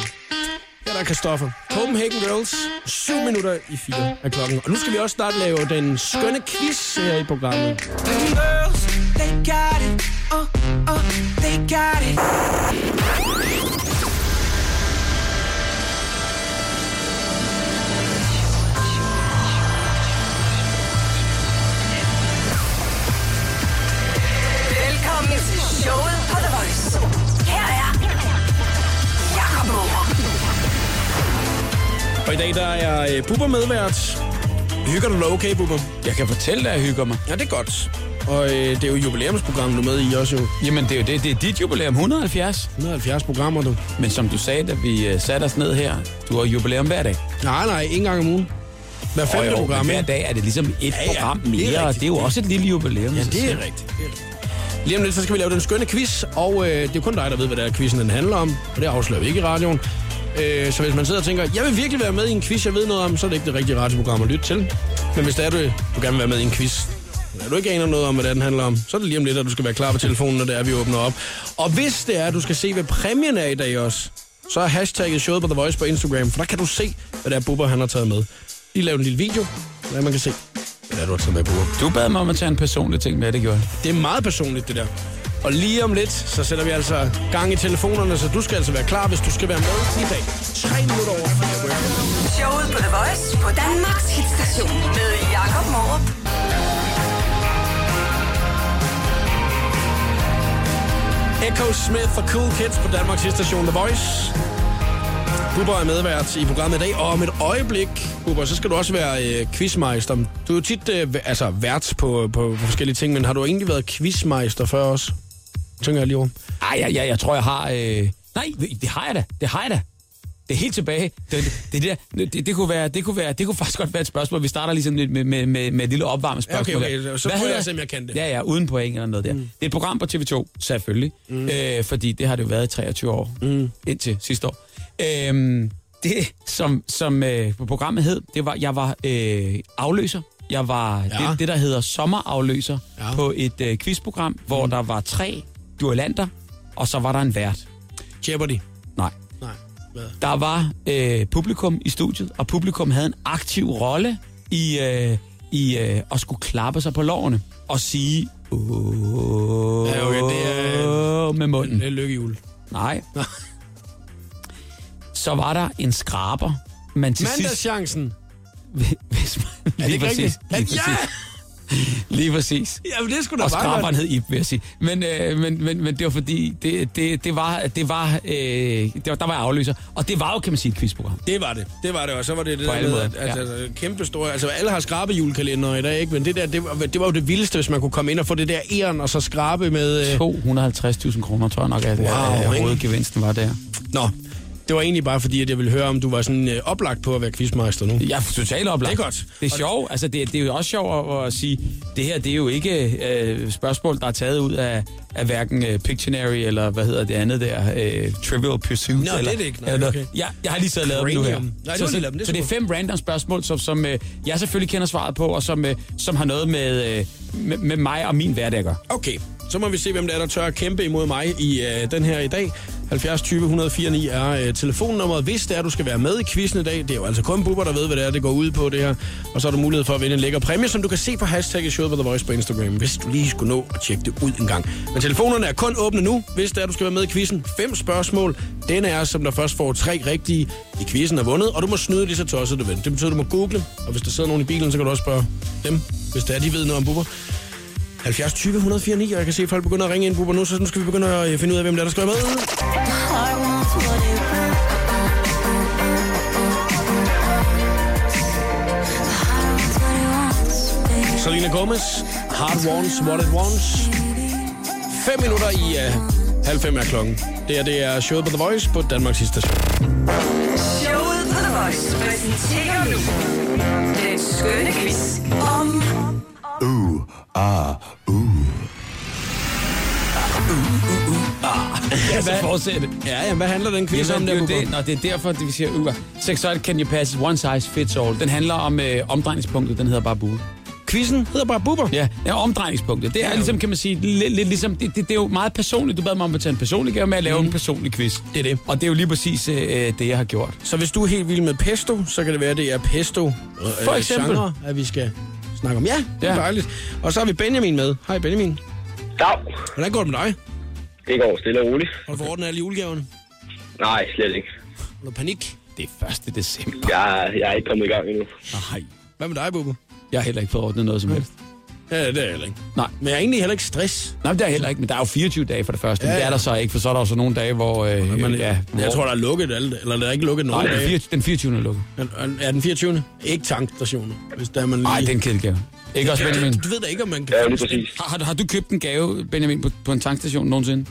Her der er Christoffer. Copenhagen Girls, 7 minutter i 4 af klokken. Og nu skal vi også snart lave den skønne quiz her i programmet. Girls, they got it. Uh, uh, they got it. Velkommen til showet på The Voice. Her er Jakob Møller. Og i dag der er øh, Bubber medvært. Hygger du dig okay, Bubber? Jeg kan fortælle dig, at jeg hygger mig. Ja, det er godt. Og øh, det er jo jubilæumsprogram, du er med i også jo. Jamen, det er jo det. Det er dit jubilæum 170. 170 programmer, du. Men som du sagde, da vi øh, satte os ned her, du har jubilæum hver dag. Nej, nej, ikke engang om ugen. Hver Og femte jo, men program, hver ikke? dag er det ligesom ja, et program det er mere, det og rigtigt. det er jo også et lille jubilæum. i Ja, sig det selv. er rigtigt. Det er rigtigt. Lige om lidt, så skal vi lave den skønne quiz, og øh, det er kun dig, der ved, hvad der er, quizzen den handler om, og det afslører vi ikke i radioen. Øh, så hvis man sidder og tænker, jeg vil virkelig være med i en quiz, jeg ved noget om, så er det ikke det rigtige radioprogram at lytte til. Men hvis det er, du, du gerne vil være med i en quiz, og du ikke aner noget om, hvad det er, den handler om, så er det lige om lidt, at du skal være klar på telefonen, når det er, vi åbner op. Og hvis det er, at du skal se, hvad præmien er i dag også, så er hashtagget showet på The Voice på Instagram, for der kan du se, hvad det er, Bubber han har taget med. Lige lave en lille video, hvad man kan se, hvad det er, du har taget med, Bubber. Du bad mig om at tage en personlig ting med, det gjorde jeg. Det er meget personligt, det der. Og lige om lidt, så sætter vi altså gang i telefonerne, så du skal altså være klar, hvis du skal være med i dag. Tre minutter over. Showet på The Voice på Danmarks hitstation med Jakob Morup. Echo Smith og Cool Kids på Danmarks station The Voice. Bubber er medvært i programmet i dag, og om et øjeblik, Bubber, så skal du også være øh, quizmeister. Du er jo tit øh, væ- altså, vært på, på, på forskellige ting, men har du egentlig været quizmeister før også? Tænker jeg lige over. Ej, jeg, jeg, jeg tror, jeg har... Øh... Nej, det har jeg da. Det har jeg da. Det er helt tilbage. Det, det, det, der, det, det, kunne være, det, kunne være, det kunne faktisk godt være et spørgsmål. Vi starter ligesom lidt med, med, med, med et lille opvarmet Ja, okay, spørgsmål. okay. der. Så prøver hedder- jeg at se, om jeg kan det. Ja, ja, uden point eller noget der. Mm. Det er et program på TV2, selvfølgelig. Mm. Øh, fordi det har det jo været i 23 år, mm. indtil sidste år. Øhm, det, som, som øh, programmet hed, det var, jeg var øh, afløser. Jeg var Ja. ja. det, det, der hedder sommerafløser Ja. Mm. ja. på et øh, quizprogram, hvor der var tre duellanter, og så var der en vært. Jeopardy. Nej. Nej. Hvad? Der var øh, publikum i studiet, og publikum havde en aktiv rolle i, øh, i øh, at skulle klappe sig på lårene og sige åh Ja, okay, det er- øh, med munden. Det er lykkehjul. Nej. Så var der en skraber, man til sidst... Mandagschancen. <laughs> Hvis man, Er det lige ikke præcis, rigtigt? lige At- Ja! præcis, lige præcis. Ja, det skulle da Og bare være- skraberen hed Ib, vil jeg sige. Men, øh, men, men, men det var fordi, det, det, det var, det var, øh, det var, der var jeg afløser. Og det var jo, kan man sige, et quizprogram. Det var det. Det var det, og så var det det På der alle med, måder, at, ja. altså, ja. kæmpe store... Altså, alle har skrabe julekalender i dag, ikke? Men det der, det var, det var jo det vildeste, hvis man kunne komme ind og få det der æren, og så skrabe med... Øh... 250.000 kroner, tror jeg nok, at, wow, at, ikke? at hovedgevinsten var der. Nå, det var egentlig bare fordi, at jeg ville høre, om du var sådan øh, oplagt på at være quizmeister nu. Jeg er totalt oplagt. Det er godt. Det er sjovt. Altså, det, det er jo også sjovt at, at sige, det her det er jo ikke øh, spørgsmål, der er taget ud af, af hverken øh, Pictionary eller hvad hedder det andet der, øh, Trivial Pursuit. Nå, det er eller, det ikke. Nej, eller, okay. ja, jeg har lige siddet og lavet dem nu her. Cranium. Nej, du så, har lige så, lavet dem, det er så det er super. fem random spørgsmål, som, som øh, jeg selvfølgelig kender svaret på, og som, øh, som har noget med, øh, med, med mig og min hverdag at gøre. Okay, så må vi se, hvem det er, der tør at kæmpe imod mig i øh, den her i dag. 70 20 149 er øh, telefonnummeret. Hvis det er, du skal være med i quizzen i dag, det er jo altså kun Bubber, der ved, hvad det er, det går ud på det her. Og så har du mulighed for at vinde en lækker præmie, som du kan se på hashtagget Showet på The Voice på Instagram, hvis du lige skulle nå at tjekke det ud en gang. Men telefonerne er kun åbne nu, hvis det er, du skal være med i quizzen. Fem spørgsmål. Den er, som der først får tre rigtige i quizzen er vundet, og du må snyde lige så tosset du vil. Det betyder, du må google, og hvis der sidder nogen i bilen, så kan du også spørge dem, hvis det er, de ved noget om Bubber. 70 20 149, og jeg kan se, at folk begynder at ringe ind på nu, så nu skal vi begynde at øh, finde ud af, hvem der er, der skal være med. Selena Gomez, Hard Wants, What It Wants. 5 minutter i uh, halv fem er klokken. Det her, det er showet på The Voice på Danmarks station. Showet på The Voice præsenterer nu den skønne quiz om Ja, så fortsæt. Ja, ja, hvad handler den quiz om Jamen, det, der, er jo Bubber? det, og det er derfor, det vi siger, uger. Sexual can you pass it? one size fits all. Den handler om øh, omdrejningspunktet, den hedder bare bue. Quizzen hedder bare Bubber. Ja, ja omdrejningspunktet. Det er ligesom, kan man sige, lidt, lidt ligesom, det, det, det er jo meget personligt. Du bad mig om at tage en personlig gave med at lave mm. en personlig quiz. Mhm. Det er det. Og det er jo lige præcis øh, det, jeg har gjort. Så hvis du er helt vild med pesto, så kan det være, at det er pesto øh, For eksempel. genre, at vi skal snakke om. Ja, det er Ja. dejligt. Og så har vi Benjamin med. Hej Benjamin. Dag. Hvordan går det med dig? Det går stille og roligt. Og hvor den alle julegaverne? Nej, slet ikke. Noget panik. Det er 1. december. Jeg, jeg er ikke kommet i gang endnu. Nej, Hvad med dig, Bubbe? jeg har heller ikke fået ordnet noget som helst. Ja, det er jeg heller ikke. Nej. Men jeg er egentlig heller ikke stress. Nej, men det er jeg heller ikke, men der er jo 24 dage for det første. Ja, Ja, ja. Det ja. er der så ikke, for så er der jo så nogle dage, hvor... Øh, Men, ja, ja, hvor, jeg tror, der er lukket alle, eller der er ikke lukket nogen Nej, den dage. 24 den 24. er lukket. Er, er den 24. Ikke tankstationer, hvis der er man lige... Nej, det er en kedelig gave. Ikke også, Benjamin? Du ved da ikke, om man kan... Ja, lige præcis. Har, har, har du købt en gave, Benjamin, på, på en tankstation nogensinde?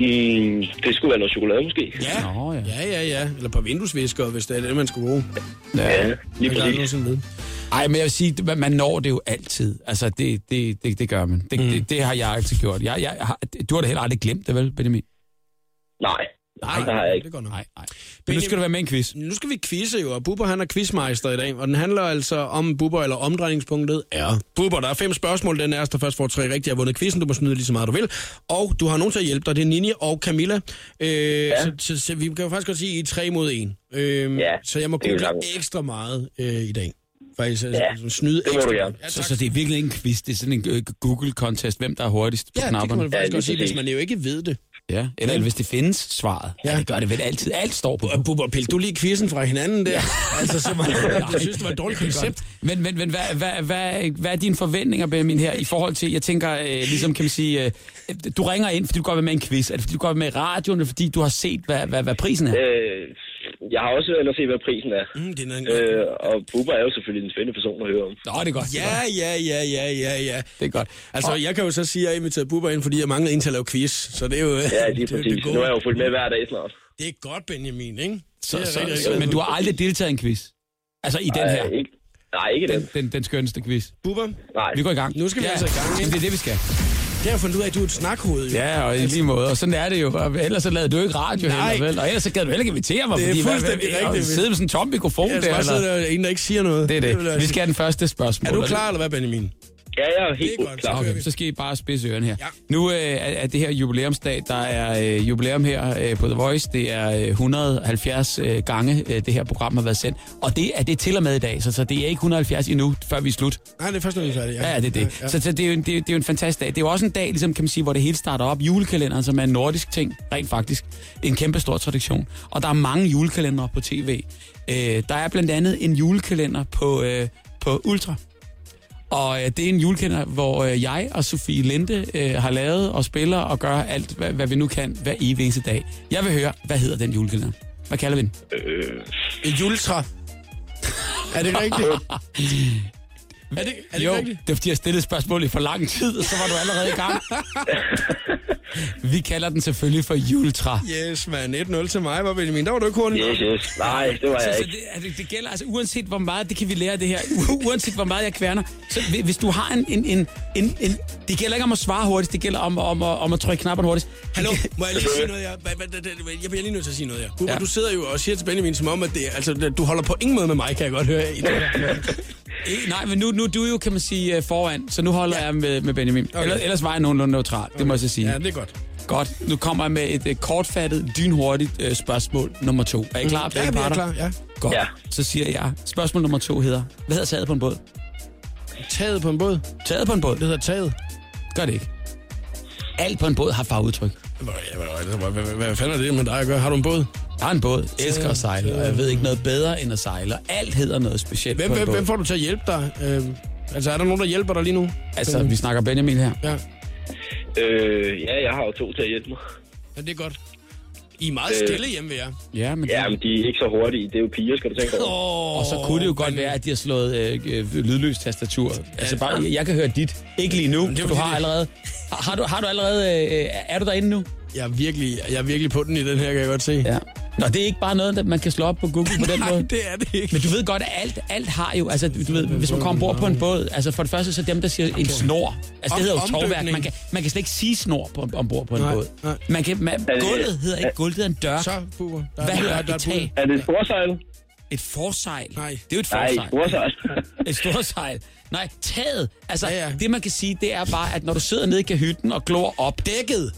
Mm, det skulle være noget chokolade måske. Ja. Nå, ja. ja, ja, ja. Eller på vinduesviskere, hvis det er det, man skulle bruge. Ja, lige Det er præcis. nogensinde ved. Ej, men jeg vil sige, man- man når det jo altid. Altså, det, det, det, det gør man. Det, mm. det, det har jeg altid gjort. Jeg, jeg, har, du har da heller aldrig glemt det, vel, Benjamin? Nej, Nej, det har jeg ikke. Det går nok. Nej, nej. Men nu skal du være med i en quiz. Nu skal vi quizze jo, og Bubber han er quizmeister i dag, og den handler altså om Bubber, eller omdrejningspunktet er Bubber. Der er fem spørgsmål, den er der først får tre rigtige, har vundet quizzen, du må snyde lige så meget du vil. Og du har nogen til at hjælpe dig, det er Ninja og Camilla. Øh, ja. så, så, så, vi kan jo faktisk godt sige, I er tre mod en. Øh, Ja, så jeg må det er jo google langt. ekstra meget øh, i dag. Faktisk, ja, Ja, snyde det må du gerne. Ja, Så, tak. så det er virkelig ikke en quiz, det er sådan en øh, Google-contest, hvem der er hurtigst ja, på det kan knapperne. man faktisk Ja, godt sige, lige hvis man jo ikke ved det. Ja, eller, eller hvis det findes svaret. Ja. Ja. ja, det gør det vel altid. Alt står på Og Bubber, pil du lige quizzen fra hinanden der? altså, <laughs> så man, jeg synes, det var et dårligt <laughs> koncept. Men, men, men hvad, hvad, hvad, hvad er dine forventninger, Benjamin, her i forhold til, jeg tænker, øh, ligesom kan man sige, øh, du ringer ind, fordi du godt vil med i en quiz. Er det fordi, du godt vil med i radioen, eller fordi du har set, hvad, hvad, hvad prisen er? Øh, jeg har også været inde og se, hvad prisen er. Mm, det er noget- øh, og Bubber er jo selvfølgelig en spændende person at høre om. Nå, det er godt. Ja, ja, ja, ja, ja, ja. Det er godt. Altså, jeg kan jo så sige, at jeg inviterede Bubber ind, fordi jeg manglede en til at lave quiz. Så det er jo... <laughs> Ja, det er lige jo præcis. det gode. Nu har jeg jo fulgt med hver dag snart. Det er godt, Benjamin, ikke? Så, det er så, rigtig, så, rigtig men du har aldrig deltaget i en quiz. Altså i den her. Øh, ikke, nej, ikke den. Den, den, den skønneste quiz. Bubber, Nej. Vi går i gang. Nu skal vi altså i gang, ikke? Jamen, Det er det, vi skal. Altså- det har jeg fundet ud af, at du er et snakhoved, jo. Ja, og i lige måde. Og sådan er det jo. Og ellers så lavede du ikke radio Nej. heller, vel? Og ellers så gad du heller ikke invitere mig. Det er fordi, hvad- fuldstændig hvad- rigtigt. og Sidde med sådan en tom mikrofon Jeg der. skal bare sidde Eller? der og en, der ikke siger noget. Det er vil jeg det. Vi sige. skal have den første spørgsmål. Er du klar, eller hvad, Benjamin? Ja, jeg er Det er helt godt. godt klar. kører vi. Okay, så skal I bare spidse ørerne her. Ja. Nu øh, er, er det her jubilæumsdag, der er øh, jubilæum her øh, på The Voice. Det er øh, 170 øh, gange, øh, det her program har været sendt. Og det er det er til og med i dag, så, så det er ikke 170 endnu, før vi er slut. Nej, det er først, når vi er færdige. Ja, ja det er det. Ja, ja. Så, så det, er jo en, det, er- det er jo en fantastisk dag. Det er jo også en dag, ligesom, kan man sige, hvor det hele starter op. Julekalenderen, som er en nordisk ting, rent faktisk. Det er en kæmpe stor tradition. Og der er mange julekalendere på tv. Øh, der er blandt andet en julekalender på, øh, på Ultra. Og øh, det er en julekalender, hvor øh, jeg og Sofie Linde øh, har lavet og spiller og gør alt, hvad, hvad vi nu kan hver evig eneste dag. Jeg vil høre, hvad hedder den julekalender? Hvad kalder vi den? Øh, En jultra. Er det rigtigt? <laughs> er det, er det jo, rigtigt? det er fordi, jeg stillede spørgsmål i for lang tid, og så var du allerede i <laughs> gang. Vi kalder den selvfølgelig for Jultra. Yes, man. 1-0 til mig, var Benjamin. Der var du ikke hurtig. yes, yes. Nej, det var Så, jeg så ikke. det, altså, det gælder altså, uanset hvor meget, det kan vi lære af det her, U- uanset hvor meget jeg kværner, så hvi- hvis du har en, en, en, en, en det gælder ikke om at svare hurtigt, det gælder om, om, om, om at trykke knapperne hurtigt. Hallo, må jeg lige sige noget, jeg? Hvad- hvad- hvad- hvad- Jeg bliver lige nødt til at sige noget, jeg. Bubber, Ja. du sidder jo og siger til Benjamin, som om, at det, altså, du holder på ingen måde med mig, kan jeg godt høre. I det her. Eh, Nej, men nu, nu er du jo, kan man sige, øh, foran, så nu holder jeg med, med Benjamin. Okay. Ellers, ellers var jeg nogenlunde neutral, det må jeg så sige. Ja, det er godt. Godt, nu kommer jeg med et øh, kortfattet, dynhurtigt øh, spørgsmål nummer to. Mm. Er I klar? Ja, begge vi er parter? klar, ja. Godt. Ja. Så siger jeg, spørgsmål nummer to hedder, hvad hedder taget på en båd? Taget på en båd. Taget på en båd? Det hedder taget. Gør det ikke. Alt på en båd har fagudtryk. Hvad, hvad, hvad, hvad, hvad fanden er det med dig at gøre? Har du en båd? Jeg har en båd, elsker at sejle, og jeg ved ikke noget bedre end at sejle. og Alt hedder noget specielt Hvem, på en hvem, båd. hvem får du til at hjælpe dig? Øh, altså, er der nogen, der hjælper dig lige nu? Øh, Altså, vi snakker Benjamin her. Ja. Øh, ja, jeg har jo to til at hjælpe mig. ja, det er godt. I er meget Øh. stille hjemme ved jer. Ja, men Ja, men de er ikke så hurtige. Det er jo piger, skal du tænke over. Oh, Og så kunne det jo godt være, at de har slået øh, øh, lydløst tastatur. Altså bare, jeg- jeg kan høre dit. Ikke lige nu, det er for du fordi, har det- allerede... Har, har du, har du allerede... Øh, øh, er du derinde nu? Jeg er, virkelig, jeg er virkelig på den i den her, kan jeg godt se. Ja. Nå, det er ikke bare noget, der- man kan slå op på Google på den måde. det er det ikke. Men du ved godt, at alt, alt har jo, altså du ved, hvis man kommer ombord på en båd, altså for det første så dem, der siger en snor, altså Om- det hedder jo omdøbning. tovværk, man kan, man kan slet ikke sige snor på, ombord på en Nej, båd. nej. Man kan, man, Altså, gulvet hedder øh, ikke gulvet, det hedder en dør. Så, Bubber. Der, Hvad hedder et bud. tag? Er det et storsejl? Et forsejl. Nej. Det er jo et Nej, forsejl. storsejl. <laughs> Et storsejl. Nej, taget. Altså, Ja, ja. det man kan sige, det er bare, at når du sidder nede i kahytten og glor op... Dækket!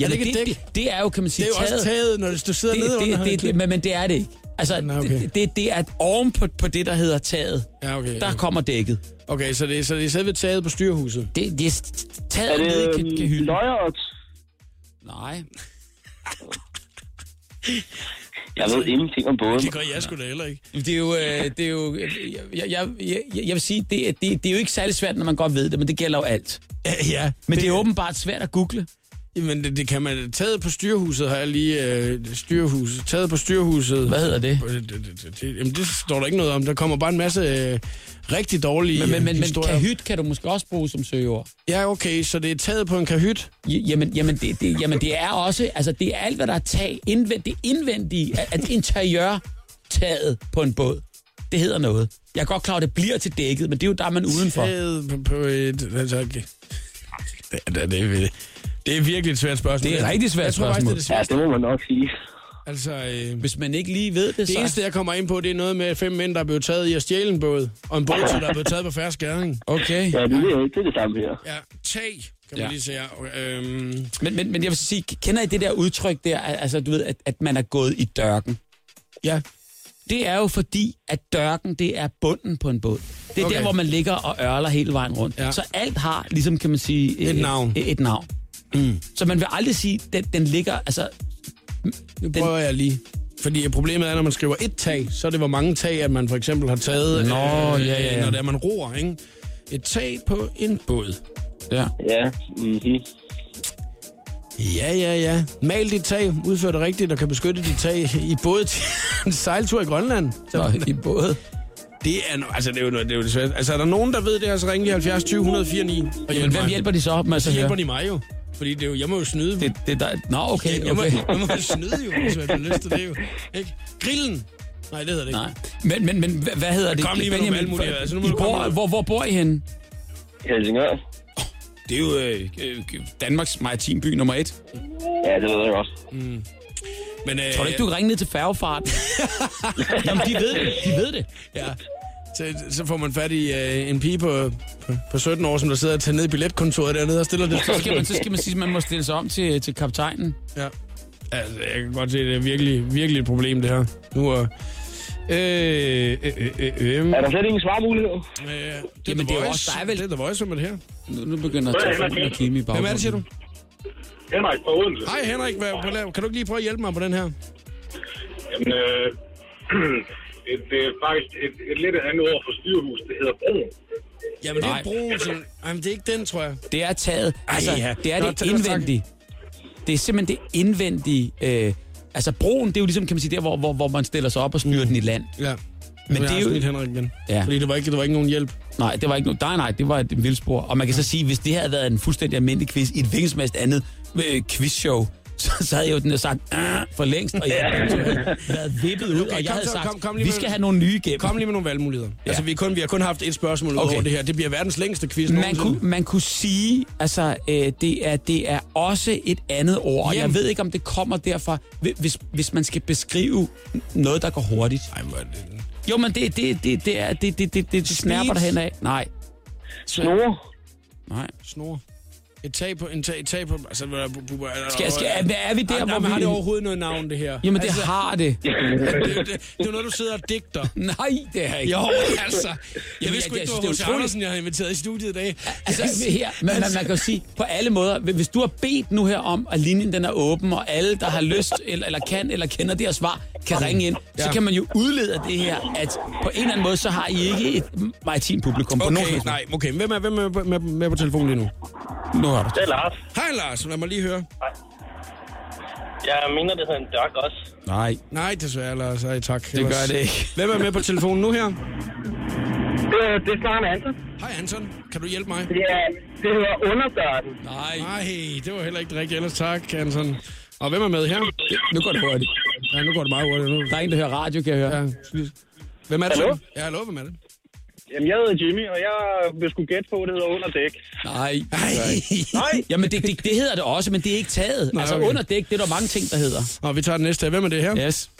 Ja, det det, ikke det, et dæk? det, det er jo, kan man Det sige, er jo også taget, når du sidder nede det, under det, det, det, men, men det er det ikke. Altså, Nå, okay. det, det, det er oven på, på det, der hedder taget. Ja, okay, Der ja. kommer dækket. Okay, så det, er- så det er selve taget på styrehuset. Det, det er st- taget Er det ned i øhm, kan- kan hylde. løjer? og t- Nej. Jeg ved ingenting om båden. Det gør jeg sgu da heller ikke. Det er jo... Øh, det er jo øh, jeg, jeg, jeg, jeg vil sige, det, er- det, det er jo ikke særlig svært, når man godt ved det, men det gælder jo alt. Ja, Men det, det er åbenbart svært at google. Men det, det kan man... Taget på styrehuset har jeg lige... Øh, styrehuset. Taget på styrehuset. Hvad hedder det? Øh, Det, det, det, det, jamen, det står der ikke noget om. Der kommer bare en masse øh, rigtig dårlige Men, men, men, men historier. kahyt kan du måske også bruge som søgeord. Ja, okay, så det er taget på en kahyt. J- Jamen, jamen, det, det, jamen det er også... Altså, det er alt, hvad der er tag. Indvend, det indvendige, at, at interiørtaget på en båd, det hedder noget. Jeg er godt klar, at det bliver til dækket, men det er jo der, man er udenfor. Taget på, på et... Altså, okay. det, det, det, er- det er virkelig et svært spørgsmål. Det er et rigtig svært jeg tror faktisk, det er det Ja, sværeste. det må man nok sige. Altså, øh, Hvis man ikke lige ved det, det så... eneste, jeg kommer ind på, det er noget med fem mænd, der er blevet taget i at stjæle en båd. Og en båd, der er blevet taget på færre skæring. Okay. Ja, det ved jeg ikke. Det er det samme her. Ja, tag, kan man Ja. lige sige. Okay, øhm, Men, men, men jeg vil så sige, kender I det der udtryk der, al- altså du ved, at, at man er gået i dørken? ja, Det er jo fordi, at dørken, det er bunden på en båd. Det er okay. Okay. der, hvor man ligger og ørler hele vejen rundt. Ja. Ja. Så alt har, ligesom kan man sige... Et navn. Et, et navn. Mm. Så man vil aldrig sige, at den, den ligger... Altså, Nu prøver jeg lige. Fordi problemet er, når man skriver et tag, så er det, hvor mange tag, at man for eksempel har taget, øh, Nå, ja, ja, ja. når det er, man roer. Ikke? Et tag på en båd. ja. Ja, mhm. Ja, ja, ja. Mal dit tag, udfør det rigtigt og kan beskytte dit tag i både til <laughs> en sejltur i Grønland. Så i både. Det er, no- altså, det er jo, noget- det er jo det svært. Altså, er der nogen, der ved det her, så ring lige 70 20 149 og hjælp Men hvem mig. hjælper de så med at Så så høre? hjælper de mig jo. Fordi det er jo, jeg må jo snyde. Det, det der... Nå, okay, Jeg, må, okay. jeg må jo snyde jo, hvis jeg har lyst til det jo. Ikke? Grillen! Nej, det hedder det ikke. Nej. Men, men, men hvad- hvad hedder det? Kom lige med nogle valgmuligheder. for- Altså, nu må I du komme bor, ud. hvor, hvor bor I henne? Helsingør. Det er jo øh, øh, Danmarks maritimby nummer et. Ja, det ved jeg godt. Men, øh, Tror du ikke, du kan ringe ned til færgefart? <laughs> Jamen, de ved det. De ved det. Ja. Så, så får man fat i øh, en pige på, på, på 17 år, som der sidder og tager ned i billetkontoret dernede og stiller det Så skal man, så skal man sige, at man må stille sig om til, til kaptajnen. Ja. Altså, jeg kan godt se, at det er virkelig, virkelig et problem, det her. Nu er... Øh, øh, øh, øh, øh, Er der slet ingen svarmulighed? øh, Jamen, det er jo Voice. også dig, vel? Det er The Voice, som er det her. Nu, nu begynder telefonen at kime i baggrunden. Hvem er det, siger du? Henrik fra Odense. Hej Henrik, hvad, hvad laver- kan du ikke lige prøve at hjælpe mig på den her? Jamen, øh, det- det er faktisk <clears throat> et, et lidt andet ord for styrhus. Det hedder broen. Jamen, det er Nej. broen til... Jamen, det er ikke den, tror jeg. Det er taget. Altså, ja. det Nå, er tak, det tak. indvendige. Det er simpelthen det indvendige. Øh, altså, broen, det er jo ligesom, kan man sige, der, hvor, hvor, hvor man stiller sig op og Mm. snyder den i land. Ja. Men Men det det er er jo- jo... Henrik igen. Ja. Fordi det var, ikke, det var ikke nogen hjælp. Nej, det var ikke noget. Nej, nej, det var et vildspor. Og man kan så sige, hvis det havde været en fuldstændig almindelig quiz i et hvilket som helst andet øh, quizshow, <laughs> så, så havde jeg jo den der sagt "Ah," for længst, og jeg havde været vippet ud, Okay, og jeg kom havde så, sagt, kom- kom lige vi med- skal have nogle nye igennem. Kom lige med nogle valgmuligheder. Ja. Altså, vi, er kun, vi har kun haft et spørgsmål okay. Okay. ud over det her. Det bliver verdens længste quiz Man nogensinde. kunne, man kunne sige, altså, øh, det, er, det er også et andet ord, og Jamen. jeg ved ikke, om det kommer derfra, hvi- hvis, hvis man skal beskrive noget, der går hurtigt. Ej, hvor er det... Jo, men det, det, det, det, er, det, det, det, det snærper dig henad. Nej, Snore. nej. Snor. Et tag på... En tag, et tag på... Altså, hvad er... Skal, skal, er, er vi der, Ej, hvor nej, men vi... har det overhovedet noget navn, det her? Jamen, det altså, har <laughs> det. det, det, det, er jo noget, du sidder og digter. Nej, det har jeg ikke. Jo, <laughs> altså. Jeg, jeg vidste sgu ikke, jeg- det var det er H.C. utroligt. Andersen, jeg har inviteret i studiet i dag. Altså, her, man, man, man kan jo sige, på alle måder, hvis du har bedt nu her om, at linjen den er åben, og alle, der har lyst, eller, eller kan, eller kender det her svar, kan ringe ind, ja. Ja. så kan man jo udlede af det her, at på en eller anden måde, så har I ikke et maritimt publikum. på nogen Okay, nej, okay. Hvem er, hvem er med, med, med på telefonen lige nu? Nu har du. Det er Lars. Hej Lars, lad mig lige høre. Jeg mener, det hedder en dørk også. Nej, Nej, desværre Lars. Ej, tak. det gør det ikke. Hvem er med på telefonen nu her? Det, det er snart Anton. Hej Anton, kan du hjælpe mig? Ja, det hedder underdørken. Nej, Nej, det var heller ikke det rigtige. Ellers tak, Anton. Og hvem er med her? nu går det hurtigt. Ja, nu går det meget hurtigt. Nu. Der er en, der hører radio, kan jeg høre. Ja, Ja. sli- hvem er det? Hallo? så? Ja, hallo, hvem er det? Jamen, jeg hedder Jimmy, og jeg vil skulle gætte på, at det hedder underdæk. Nej. Nej. Jamen, det, det, det hedder det også, men det er ikke taget. Nej, altså, okay. okay. under dæk, det er der mange ting, der hedder. Og vi tager den næste. Hvem er det her? Yes.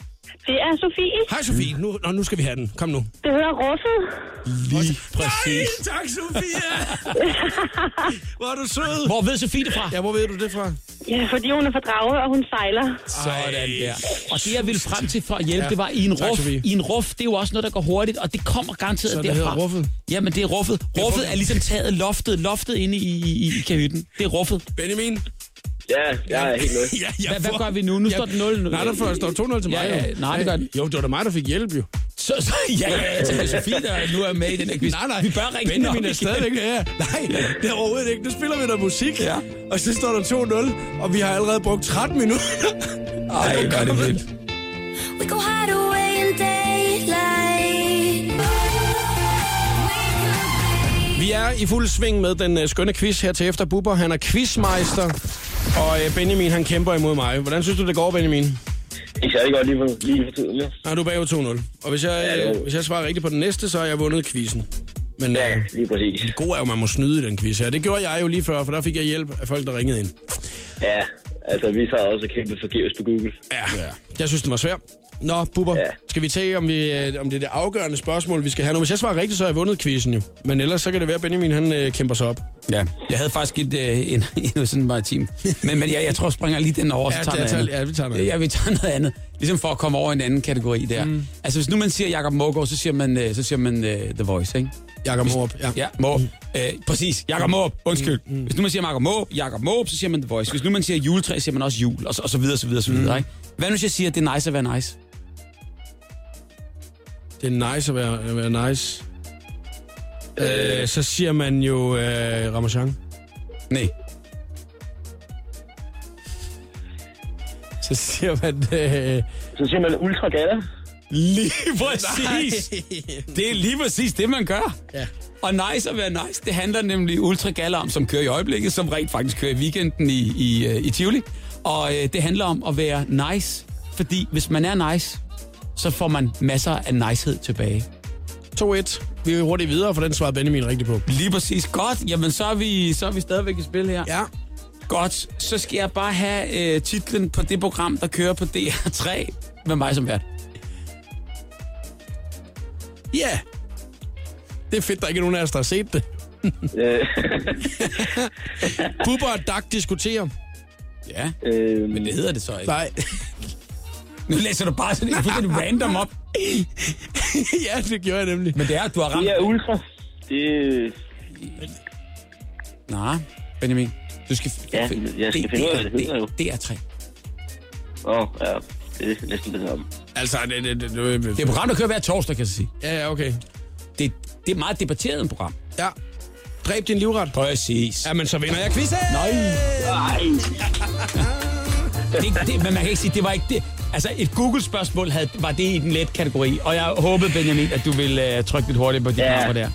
Det er Sofie. Hej Sofie, nu, nå, nu skal vi have den. Kom nu. Det hedder ruffet. Lige præcis. Ej, tak <laughs> Sofie! hvor er du sød! Hvor ved Sofie det fra? Ja, hvor ved du det fra? Ja, fordi hun er fra Drage, og hun sejler. Sådan Ej. der. Og det, jeg ville frem til for at hjælpe, Ja. ja. det var i en Tak, ruf. Sofie. I en ruf, det er jo også noget, der går hurtigt, og det kommer garanteret Så det derfra. hedder ruffet? Jamen, det er ruffet. Ruffet er ligesom taget loftet, loftet inde i, i, i kahytten. Det er ruffet. Benjamin? Ja, jeg er helt med. Ja, jeg Hvad, hvad får- gør vi nu? Nu Ja. står den 0 Nej, der får- står 2-0 til mig. Ja, ja, jo. nej, det gør den. Jo, det var da mig, der fik hjælp, jo. Så, så, ja, ja, ja, til Sofie, der nu er med i den her quiz. Nej, nej. Vi bør ringe den op Benjamin er igen. stadigvæk her. Nej, det er overhovedet ikke. Nu spiller vi noget musik, Ja. og så står der 2-0, og vi har allerede brugt 13 minutter. Ej, hvor er det vildt. We go hide away in daylight. Vi er i fuld sving med den øh, skønne quiz her til efter. Bubber, han er quizmeister, og øh, Benjamin, han kæmper imod mig. Hvordan synes du, det går, Benjamin? Ikke særlig godt lige for, lige for tiden, ja. Nej, du er bagud 2-0. Og hvis jeg, det er øh, det. hvis jeg svarer rigtigt på den næste, så har jeg vundet quizzen. Men Ja, øh, lige præcis. det gode er jo, at man må snyde i den quiz her. Det gjorde jeg jo lige før, for der fik jeg hjælp af folk, der ringede ind. Ja, altså vi sad også og kæmpede forgæves på Google. Ja, ja. Jeg synes, den var svær. Nå, Bubber, ja. skal vi tage, om, vi, øh, om det er det afgørende spørgsmål, vi skal have nu? Hvis jeg svarer rigtigt, så har jeg vundet quizzen jo. Men ellers så kan det være, at Benjamin han, øh, kæmper sig op. Ja, jeg havde faktisk et, øh, en, <laughs> en sådan maritim. Men, men jeg, jeg tror, jeg springer lige den over, så Ja, tager det- noget jeg andet. tager- ja, vi tager noget Ja, vi tager noget andet. Ligesom for at komme over i en anden kategori der. Mm. Altså, hvis nu man siger Jakob Mågaard, så siger man, øh, så siger man øh, The Voice, ikke? Jakob Morup, ja. Mm. Ja, Måb. Øh, præcis, Jakob Måb. Undskyld. Hvis nu man siger Jakob Måb, Jakob Måb, så siger man The Voice. Hvis nu man siger juletræ, siger man også jul, og så, og så videre, så videre, så Mm. videre, ikke? Hvad nu hvis jeg siger, det er nice at være nice? Det er nice at være, at være nice. Øh, så siger man jo øh, Ramachan. Nej. Så siger man... Øh, Så siger man ultra gala. <laughs> Lige præcis. Det er lige præcis det, man gør. Ja. Og nice at være nice, det handler nemlig Ultra Gala om, som kører i øjeblikket, som rent faktisk kører i weekenden i, i, øh, i Tivoli. Og øh, det handler om at være nice, fordi hvis man er nice, så får man masser af nicehed tilbage. 2-1. Vi er hurtigt videre, for den svarede Benjamin rigtigt på. Lige præcis. Godt. Jamen, så er vi, så er vi stadigvæk i spil her. Ja. Godt. Så skal jeg bare have øh, titlen på det program, der kører på DR3 med mig som vært. Ja. Yeah. Det er fedt, der ikke er nogen af os, der har set det. <laughs> Øh, Bubber og Dak diskuterer. Ja, øh, men det hedder det så ikke. Nej. <laughs> Nu læser du bare sådan <laughs> en fuldstændig random op. ja, det gjorde jeg nemlig. Men det er, du har ramt... det er ultra. Det, Nej, Benjamin. Du skal... Ja, jeg skal finde ud af, hvad det hedder jo. Det er tre. åh, ja, det er næsten det samme. Altså, det... det, det, det, Det er et program, der kører hver torsdag, kan jeg så sige. Ja, ja, okay. Det, det er meget debatteret et program. Ja. Dræb din livret. Præcis. Jamen, så vinder jeg quizzen! Nej. Det, det, men man kan ikke sige, det var ikke det. Altså, et Google-spørgsmål havde, var det i den let kategori, og jeg håbede, Benjamin, at du ville uh, trykke lidt hurtigt på dine Ja. knapper der.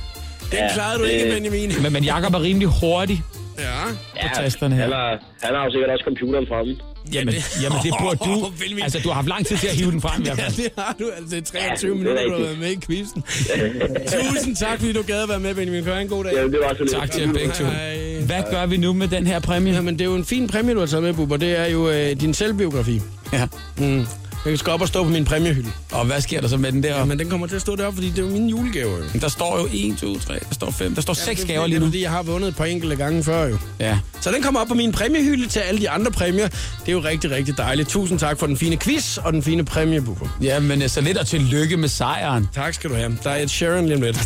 Den klarede du ikke, det- Benjamin. Men, men Jacob er rimelig hurtig Ja. på tasterne her. Han har, han har jo sikkert også computeren fremme. Jamen, jamen det burde du... Åh, Benjamin. Altså, du har haft lang tid til at hive den frem i <laughs> hvert Ja, fald. det har du. Altså, det er 23 Ja, ja, det minutter, er du har været rigtigt. med i <laughs> quizzen. Tusind tak, fordi du gad at være med, Benjamin. Kør en god dag. Ja, det var så lidt. Tak til jer begge to. Hej. Hvad gør vi nu med den her præmie? Jamen, det er jo en fin præmie, du har taget med, Bubber. Det er jo øh, din selvbiografi. Ja. Mm. Jeg skal op og stå på min præmiehylde. Og hvad sker der så med den der? Men den kommer til at stå deroppe, fordi det er jo mine julegaver, jo. Der står jo 1, 2, 3, der står 5, der står 6 Det er gaver fordi, lige nu. Fordi jeg har vundet et par enkelte gange før, jo. Ja. Så den kommer op på min præmiehylde til alle de andre præmier. Det er jo rigtig, rigtig dejligt. Tusind tak for den fine quiz og den fine præmie, Bubber. Ja, men øh, så lidt og tillykke med sejren. Tak skal du have. Der er et Sharon lige om lidt.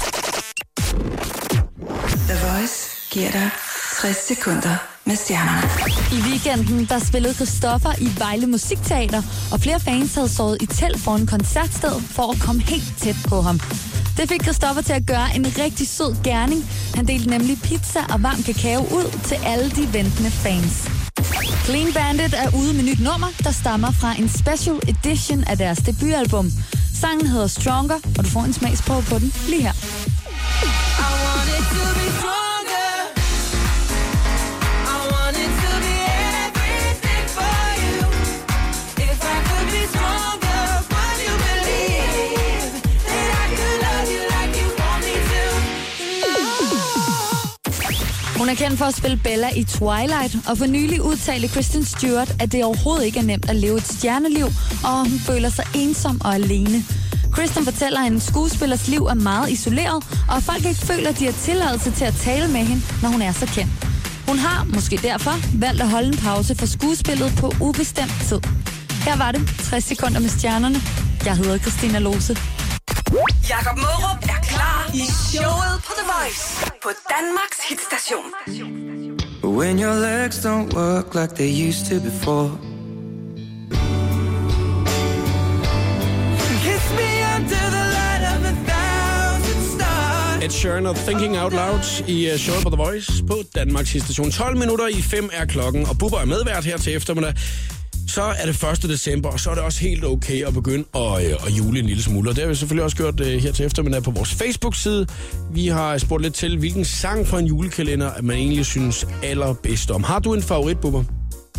The Voice giver dig 60 sekunder med stjernerne. I weekenden der spillede Christoffer i Vejle Musikteater, og flere fans havde sovet i telt foran koncertstedet for at komme helt tæt på ham. Det fik Christoffer til at gøre en rigtig sød gerning. Han delte nemlig pizza og varm kakao ud til alle de ventende fans. Clean Bandit er ude med nyt nummer, der stammer fra en special edition af deres debutalbum. Sangen hedder Stronger, og du får en smagsprøve på den lige her. I want it to be stronger. I want it to be everything for you. If I could be stronger, would you believe that I could love you like you want me to? Hun er kendt for at spille Bella i Twilight, og for nylig udtalte Kristen Stewart, at det overhovedet ikke er nemt at leve et stjerneliv, og hun føler sig ensom og alene. Kristen fortæller, at en skuespillers liv er meget isoleret, og at folk ikke føler, at de har tilladelse til at tale med hende, når hun er så kendt. Hun har, måske derfor, valgt at holde en pause for skuespillet på ubestemt tid. Her var det 60 sekunder med stjernerne. Jeg hedder Christina Lose. Jakob Mørup er klar i showet på The Voice på Danmarks hitstation. When your legs don't work like they used to before. Kiss me under the light of a thousand stars. Ed Sheeran og Thinking Out Loud i øh, showet på The Voice på Danmarks station. 12 minutter i 5 er klokken, og Bubber er medvært her til eftermiddag. Så er det 1. december, og så er det også helt okay at begynde at, øh, at jule en lille smule. Og det har vi selvfølgelig også gjort øh, her til eftermiddag på vores Facebook-side. Vi har spurgt lidt til, hvilken sang fra en julekalender, at man egentlig synes allerbedst om. Har du en favorit, Bubber?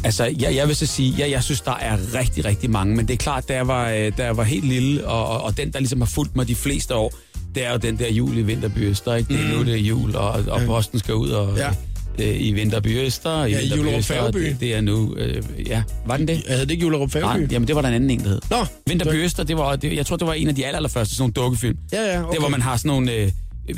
Altså, jeg, jeg vil så sige, ja, jeg synes, der er rigtig, rigtig mange, men det er klart, da jeg var, øh, da jeg var helt lille, og, og, og den, der ligesom har fulgt mig de fleste år, det er jo den der jul i Vinterby Øster, ikke? Det er nu, det er jul, og, og posten skal ud, og Mm. Ja. ja. øh, i Vinterby Øster. I Ja, i Vinterby Jullerup Øster, Færgeby. Det, det er nu... Øh, ja, var den det? Ja, hedder det ikke Jullerup Færgeby? Nej, jamen det var der en anden en, der hed. Nå, Vinterby Øster, det var, det, jeg tror, det var en af de aller, allerførste sådan nogle dukkefilm. Ja, ja, okay. Der, hvor man har sådan nogle øh,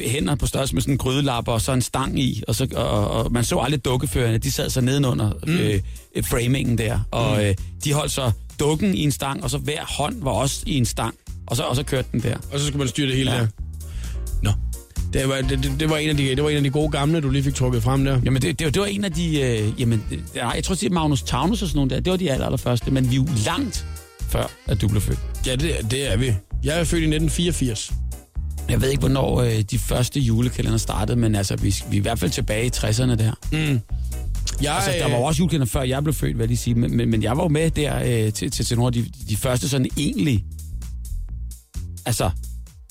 hænder på størrelse med sådan en grydelapper og så en stang i, og, så, og, og man så aldrig dukkeførerne. De sad så nedenunder mm. øh, øh, framingen der, og Mm. øh, de holdt så dukken i en stang, og så hver hånd var også i en stang, og så, og så kørte den der. Og så skulle man styre det hele ja. Ja. der. Nå. Det var, det, det, det, var en af de, det var en af de gode gamle, du lige fik trukket frem der. Jamen, det, det, var- det var en af de... Øh, jamen, det- nej, jeg tror, det er Magnus Taunus og sådan nogle der. Det var de aller, allerførste, men vi er jo langt før, at du blev født. Ja, det, det er vi. Jeg er født i 1984. Jeg ved ikke, hvornår øh, de første julekalender startede, men altså, vi, vi er i hvert fald tilbage i 60'erne der. Jeg, øh, Altså, der var jo også julekalender, før jeg blev født, hvad de siger, men, men, men jeg var jo med der øh, til, til, til nogle af de, de første sådan egentlig... Altså,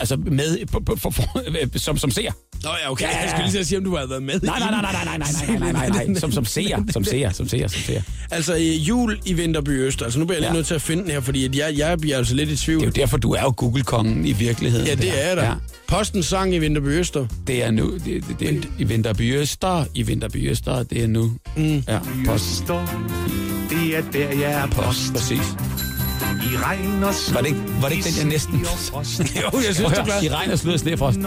altså med på, på, på, på, <laughs> som, som ser. Nå ja, okay. Ja. Jeg skulle lige til at sige, om du har været med. Nej, nej, nej, nej, nej, nej, nej, nej, nej, nej, nej. Som, som ser, som ser, som ser, som ser. Altså, øh, jul i Vinterby Øst. Altså, nu bliver jeg lige Ja. nødt til at finde den her, fordi at jeg, jeg bliver altså lidt i tvivl. Det er jo derfor, du er jo Google-kongen i virkeligheden. ja, der. det er der. Ja. Posten sang i Vinterby Øster. Det er nu. Det, det, det, er I Vinterby Øster, i Vinterby Øster, det er nu. Mm. Ja, post. Det er der, jeg er Post, præcis. I regn og Var det ikke, var det ikke den, jeg næsten... <laughs> <laughs> Jo, jeg synes, Prøv du at er høre, I klar. regn og slud og snefrost.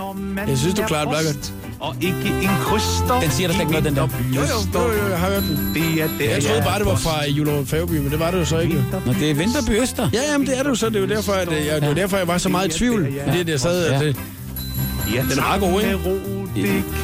Jeg synes, du er klar, Blakker. Og ikke en kryster. Den siger der slet ikke noget, den der. Jo, jo, jo, jo, jeg øh, har hørt den. Det er der, Jeg troede bare, det var fra Julerup Færgeby, men det var det jo så ikke. Nå, det er Vinterby Øster. Ja, jamen, det er det jo så. Det er jo derfor, at øh, jeg, det var derfor, jeg var så meget i tvivl. Det er det, jeg sad, at øh, Ja. det, den er meget god, ikke?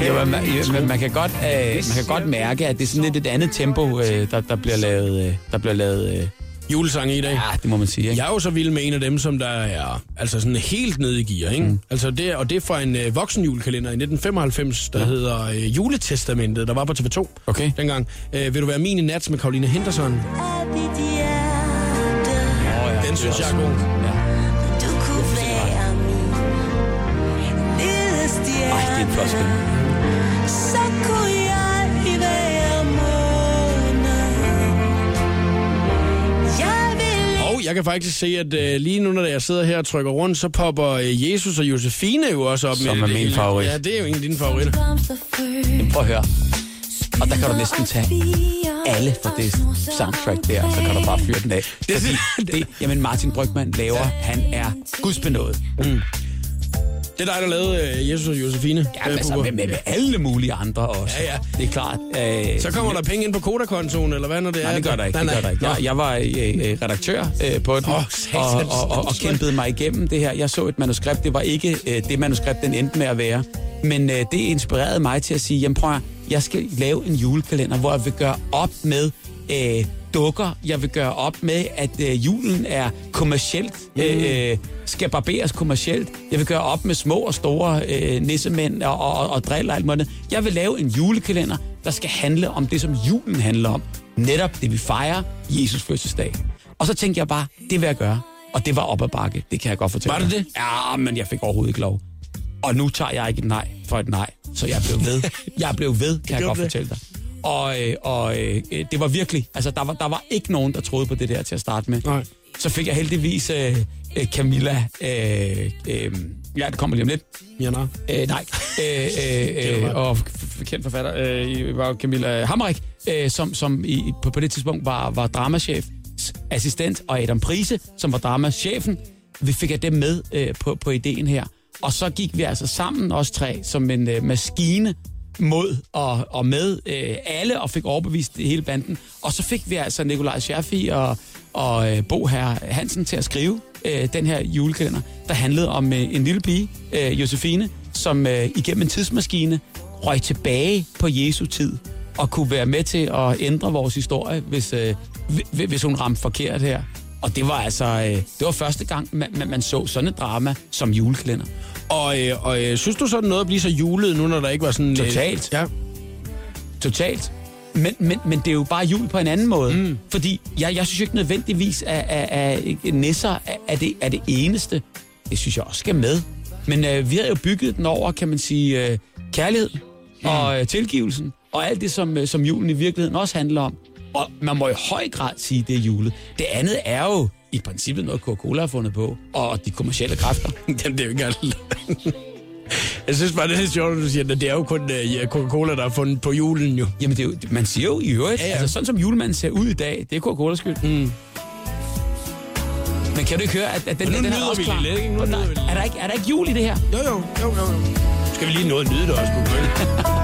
Ja, men man, ja, men man, kan godt, øh, man kan godt mærke, at det er sådan lidt et andet tempo, øh, der, der bliver lavet... Øh, der bliver lavet øh, julesang i dag. ja, det må man sige, ikke? Jeg er jo så vild med en af dem, som der er altså sådan helt nede i gear, ikke? Mm. Altså det, og det er fra en øh, voksenjulekalender i 1995, der ja. hedder øh, Juletestamentet, der var på TV2 Okay. dengang. Øh, vil du være min i nat med Karoline Henderson? øh, Den synes jeg er god. Ej, det er en flot spil. Og jeg kan faktisk se, at øh, lige nu, når jeg sidder her og trykker rundt, så popper øh, Jesus og Josefine jo også op. Som med er det min hele. favorit. Ja, det er jo en af dine favoritter. Prøv at høre. Og der kan du næsten tage alle fra det soundtrack der, så kan du bare fyre den af. Fordi det, jamen Martin Brygman laver, han er gudsbenået. Det er dig, der lavede øh, Jesus og Josefine. Ja, men øh, altså Bubber. med, med, med alle mulige andre også. Ja, ja. Det er klart. Øh, Så kommer der penge ind på Koda-kontoen, eller hvad når det er? Nej, det gør der ikke. Det gør der ikke. Jeg, jeg var øh, øh, redaktør øh, på den, Åh, og, satan, og, og, og, og kæmpede mig igennem det her. Jeg så et manuskript. Det var ikke øh, det manuskript, den endte med at være. Men øh, det inspirerede mig til at sige, jamen prøv at, høre, jeg skal lave en julekalender, hvor jeg vil gøre op med øh, dukker. Jeg vil gøre op med, at øh, julen er kommercielt, øh, øh, skal barberes kommercielt. Jeg vil gøre op med små og store øh, nissemænd og, og, og, og driller og alt muligt. andet. Jeg vil lave en julekalender, der skal handle om det, som julen handler om. Netop det, vi fejrer Jesus fødselsdag. Og så tænkte jeg bare, det vil jeg gøre. Og det var op ad bakke, det kan jeg godt fortælle Var det dig. Ja, men jeg fik overhovedet ikke lov. Og nu tager jeg ikke et nej for et nej. Så jeg blev <laughs> ved. Jeg blev ved, kan jeg gjorde godt det. fortælle dig. Og, øh, og øh, øh, det var virkelig, altså der var, der var ikke nogen, der troede på det der til at starte med. Nej. Så fik jeg heldigvis øh, øh, Camilla, øh, øh, ja det kommer lige om lidt, Ja, nej. Øh, nej. Øh, øh, øh, og f- kendt forfatter øh, i- var jo Camilla Hammerik, øh, som, som i, i- på, på det tidspunkt var, var dramachef, assistent, og Adam Prise, som var dramachefen. Vi fik af dem med øh, på, på ideen her. Og så gik vi altså sammen, os tre, som en øh, maskine mod og, og med øh, alle, og fik overbevist hele banden. Og så fik vi altså Nikolaj Scherfi og, og øh, Bo Herre Hansen til at skrive øh, den her julekalender, der handlede om øh, en lille pige, øh, Josefine, som øh, igennem en tidsmaskine røg tilbage på Jesu tid og kunne være med til at ændre vores historie, hvis, øh, hvi- hvis hun ramte forkert her. Og det var altså øh, det var første gang, man, man, man så sådan et drama som julekalender. Og, øh, og øh, synes du sådan noget at blive så julet nu, når der ikke var sådan... Totalt. Øh, ja. Totalt. Men, men, men det er jo bare jul på en anden måde. Mm. Fordi jeg, jeg synes jo ikke nødvendigvis, at, at, at nisser er- er det, er det eneste. Det synes jeg også skal med. Men øh, vi har jo bygget den over, kan man sige, øh, kærlighed og øh, tilgivelsen. Og alt det, som, øh, som julen i virkeligheden også handler om. Og man må i høj grad sige, det er julet. Det andet er jo i princippet noget, Coca-Cola har fundet på. Og de kommercielle kræfter. Jamen, det er jo ikke alt. Jeg synes bare, det er lidt sjovt, at du siger, at det er jo kun øh, Coca-Cola, der er fundet på julen jo. Jamen, det er jo, man siger jo i øvrigt, ja, ja. altså sådan som julemanden ser ud i dag, det er Coca-Cola skyld. Mm. Men kan du ikke høre, at, at den, Men nu den er nyder også vi klar? lige lidt, ikke? Nu Og der- nyder vi lidt. er, der ikke, er der ikke jul i det her? Jo, jo, jo, jo. jo. Skal vi lige nå at nyde det også, Bubbe? <laughs>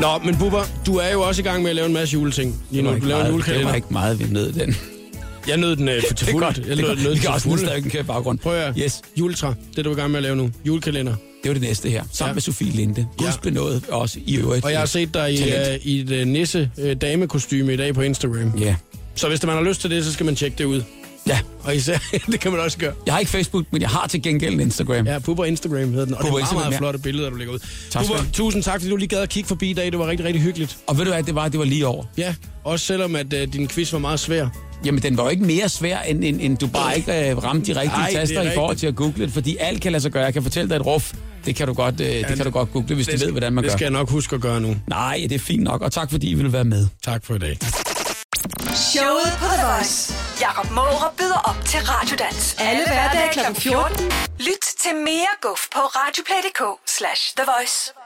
Nå, men Bubber, du er jo også i gang med at lave en masse juleting lige nu. var Du ikke laver en meget- det julekalender. var ikke meget, vi nød den. Jeg nød den <laughs> øh, til Det er fuldt. godt. Jeg Det er nød, godt. nød Vi den kan til også fuldt. nyde stadig en kære baggrund. Prøv at høre. Yes. Juletræ, det er du er i gang med at lave nu. Julekalender. Det var det næste her. Sammen Ja. ja. med Sofie Linde. Guds ja. benåde også i øvrigt. Og jeg har set dig i, Talent. øh, i et øh, nisse øh, damekostyme i dag på Instagram. Ja. Så hvis man har lyst til det, så skal man tjekke det ud. Ja. Og især, <laughs> det kan man også gøre. Jeg har ikke Facebook, men jeg har til gengæld en Instagram. Ja, Bubber Instagram hedder den. Og Bubber det er meget, Instagram, meget ja. flotte billeder, du lægger ud. Tak skal du Bubber, have. tusind tak, fordi du lige gad at kigge forbi i dag. Det var rigtig, rigtig hyggeligt. Og ved du hvad, det var, det var lige over. Ja, også selvom at øh, din quiz var meget svær. Jamen, den var jo ikke mere svær, end, end, end du bare ikke øh, ramte de rigtige Ej, det er taster i rigtigt. forhold til at google det, fordi alt kan lade sig gøre. Jeg kan fortælle dig et ruf. Det kan du godt, øh, ja, det kan du godt google, hvis du ved, hvordan man det gør. skal jeg nok huske at gøre nu. Nej, det er fint nok, og tak fordi I ville være med. Tak for i dag. Showet på The Voice. Jakob Måre byder op til Radiodans. Alle hverdage kl. 14. Lyt til mere guf på radioplay.dk slash The Voice.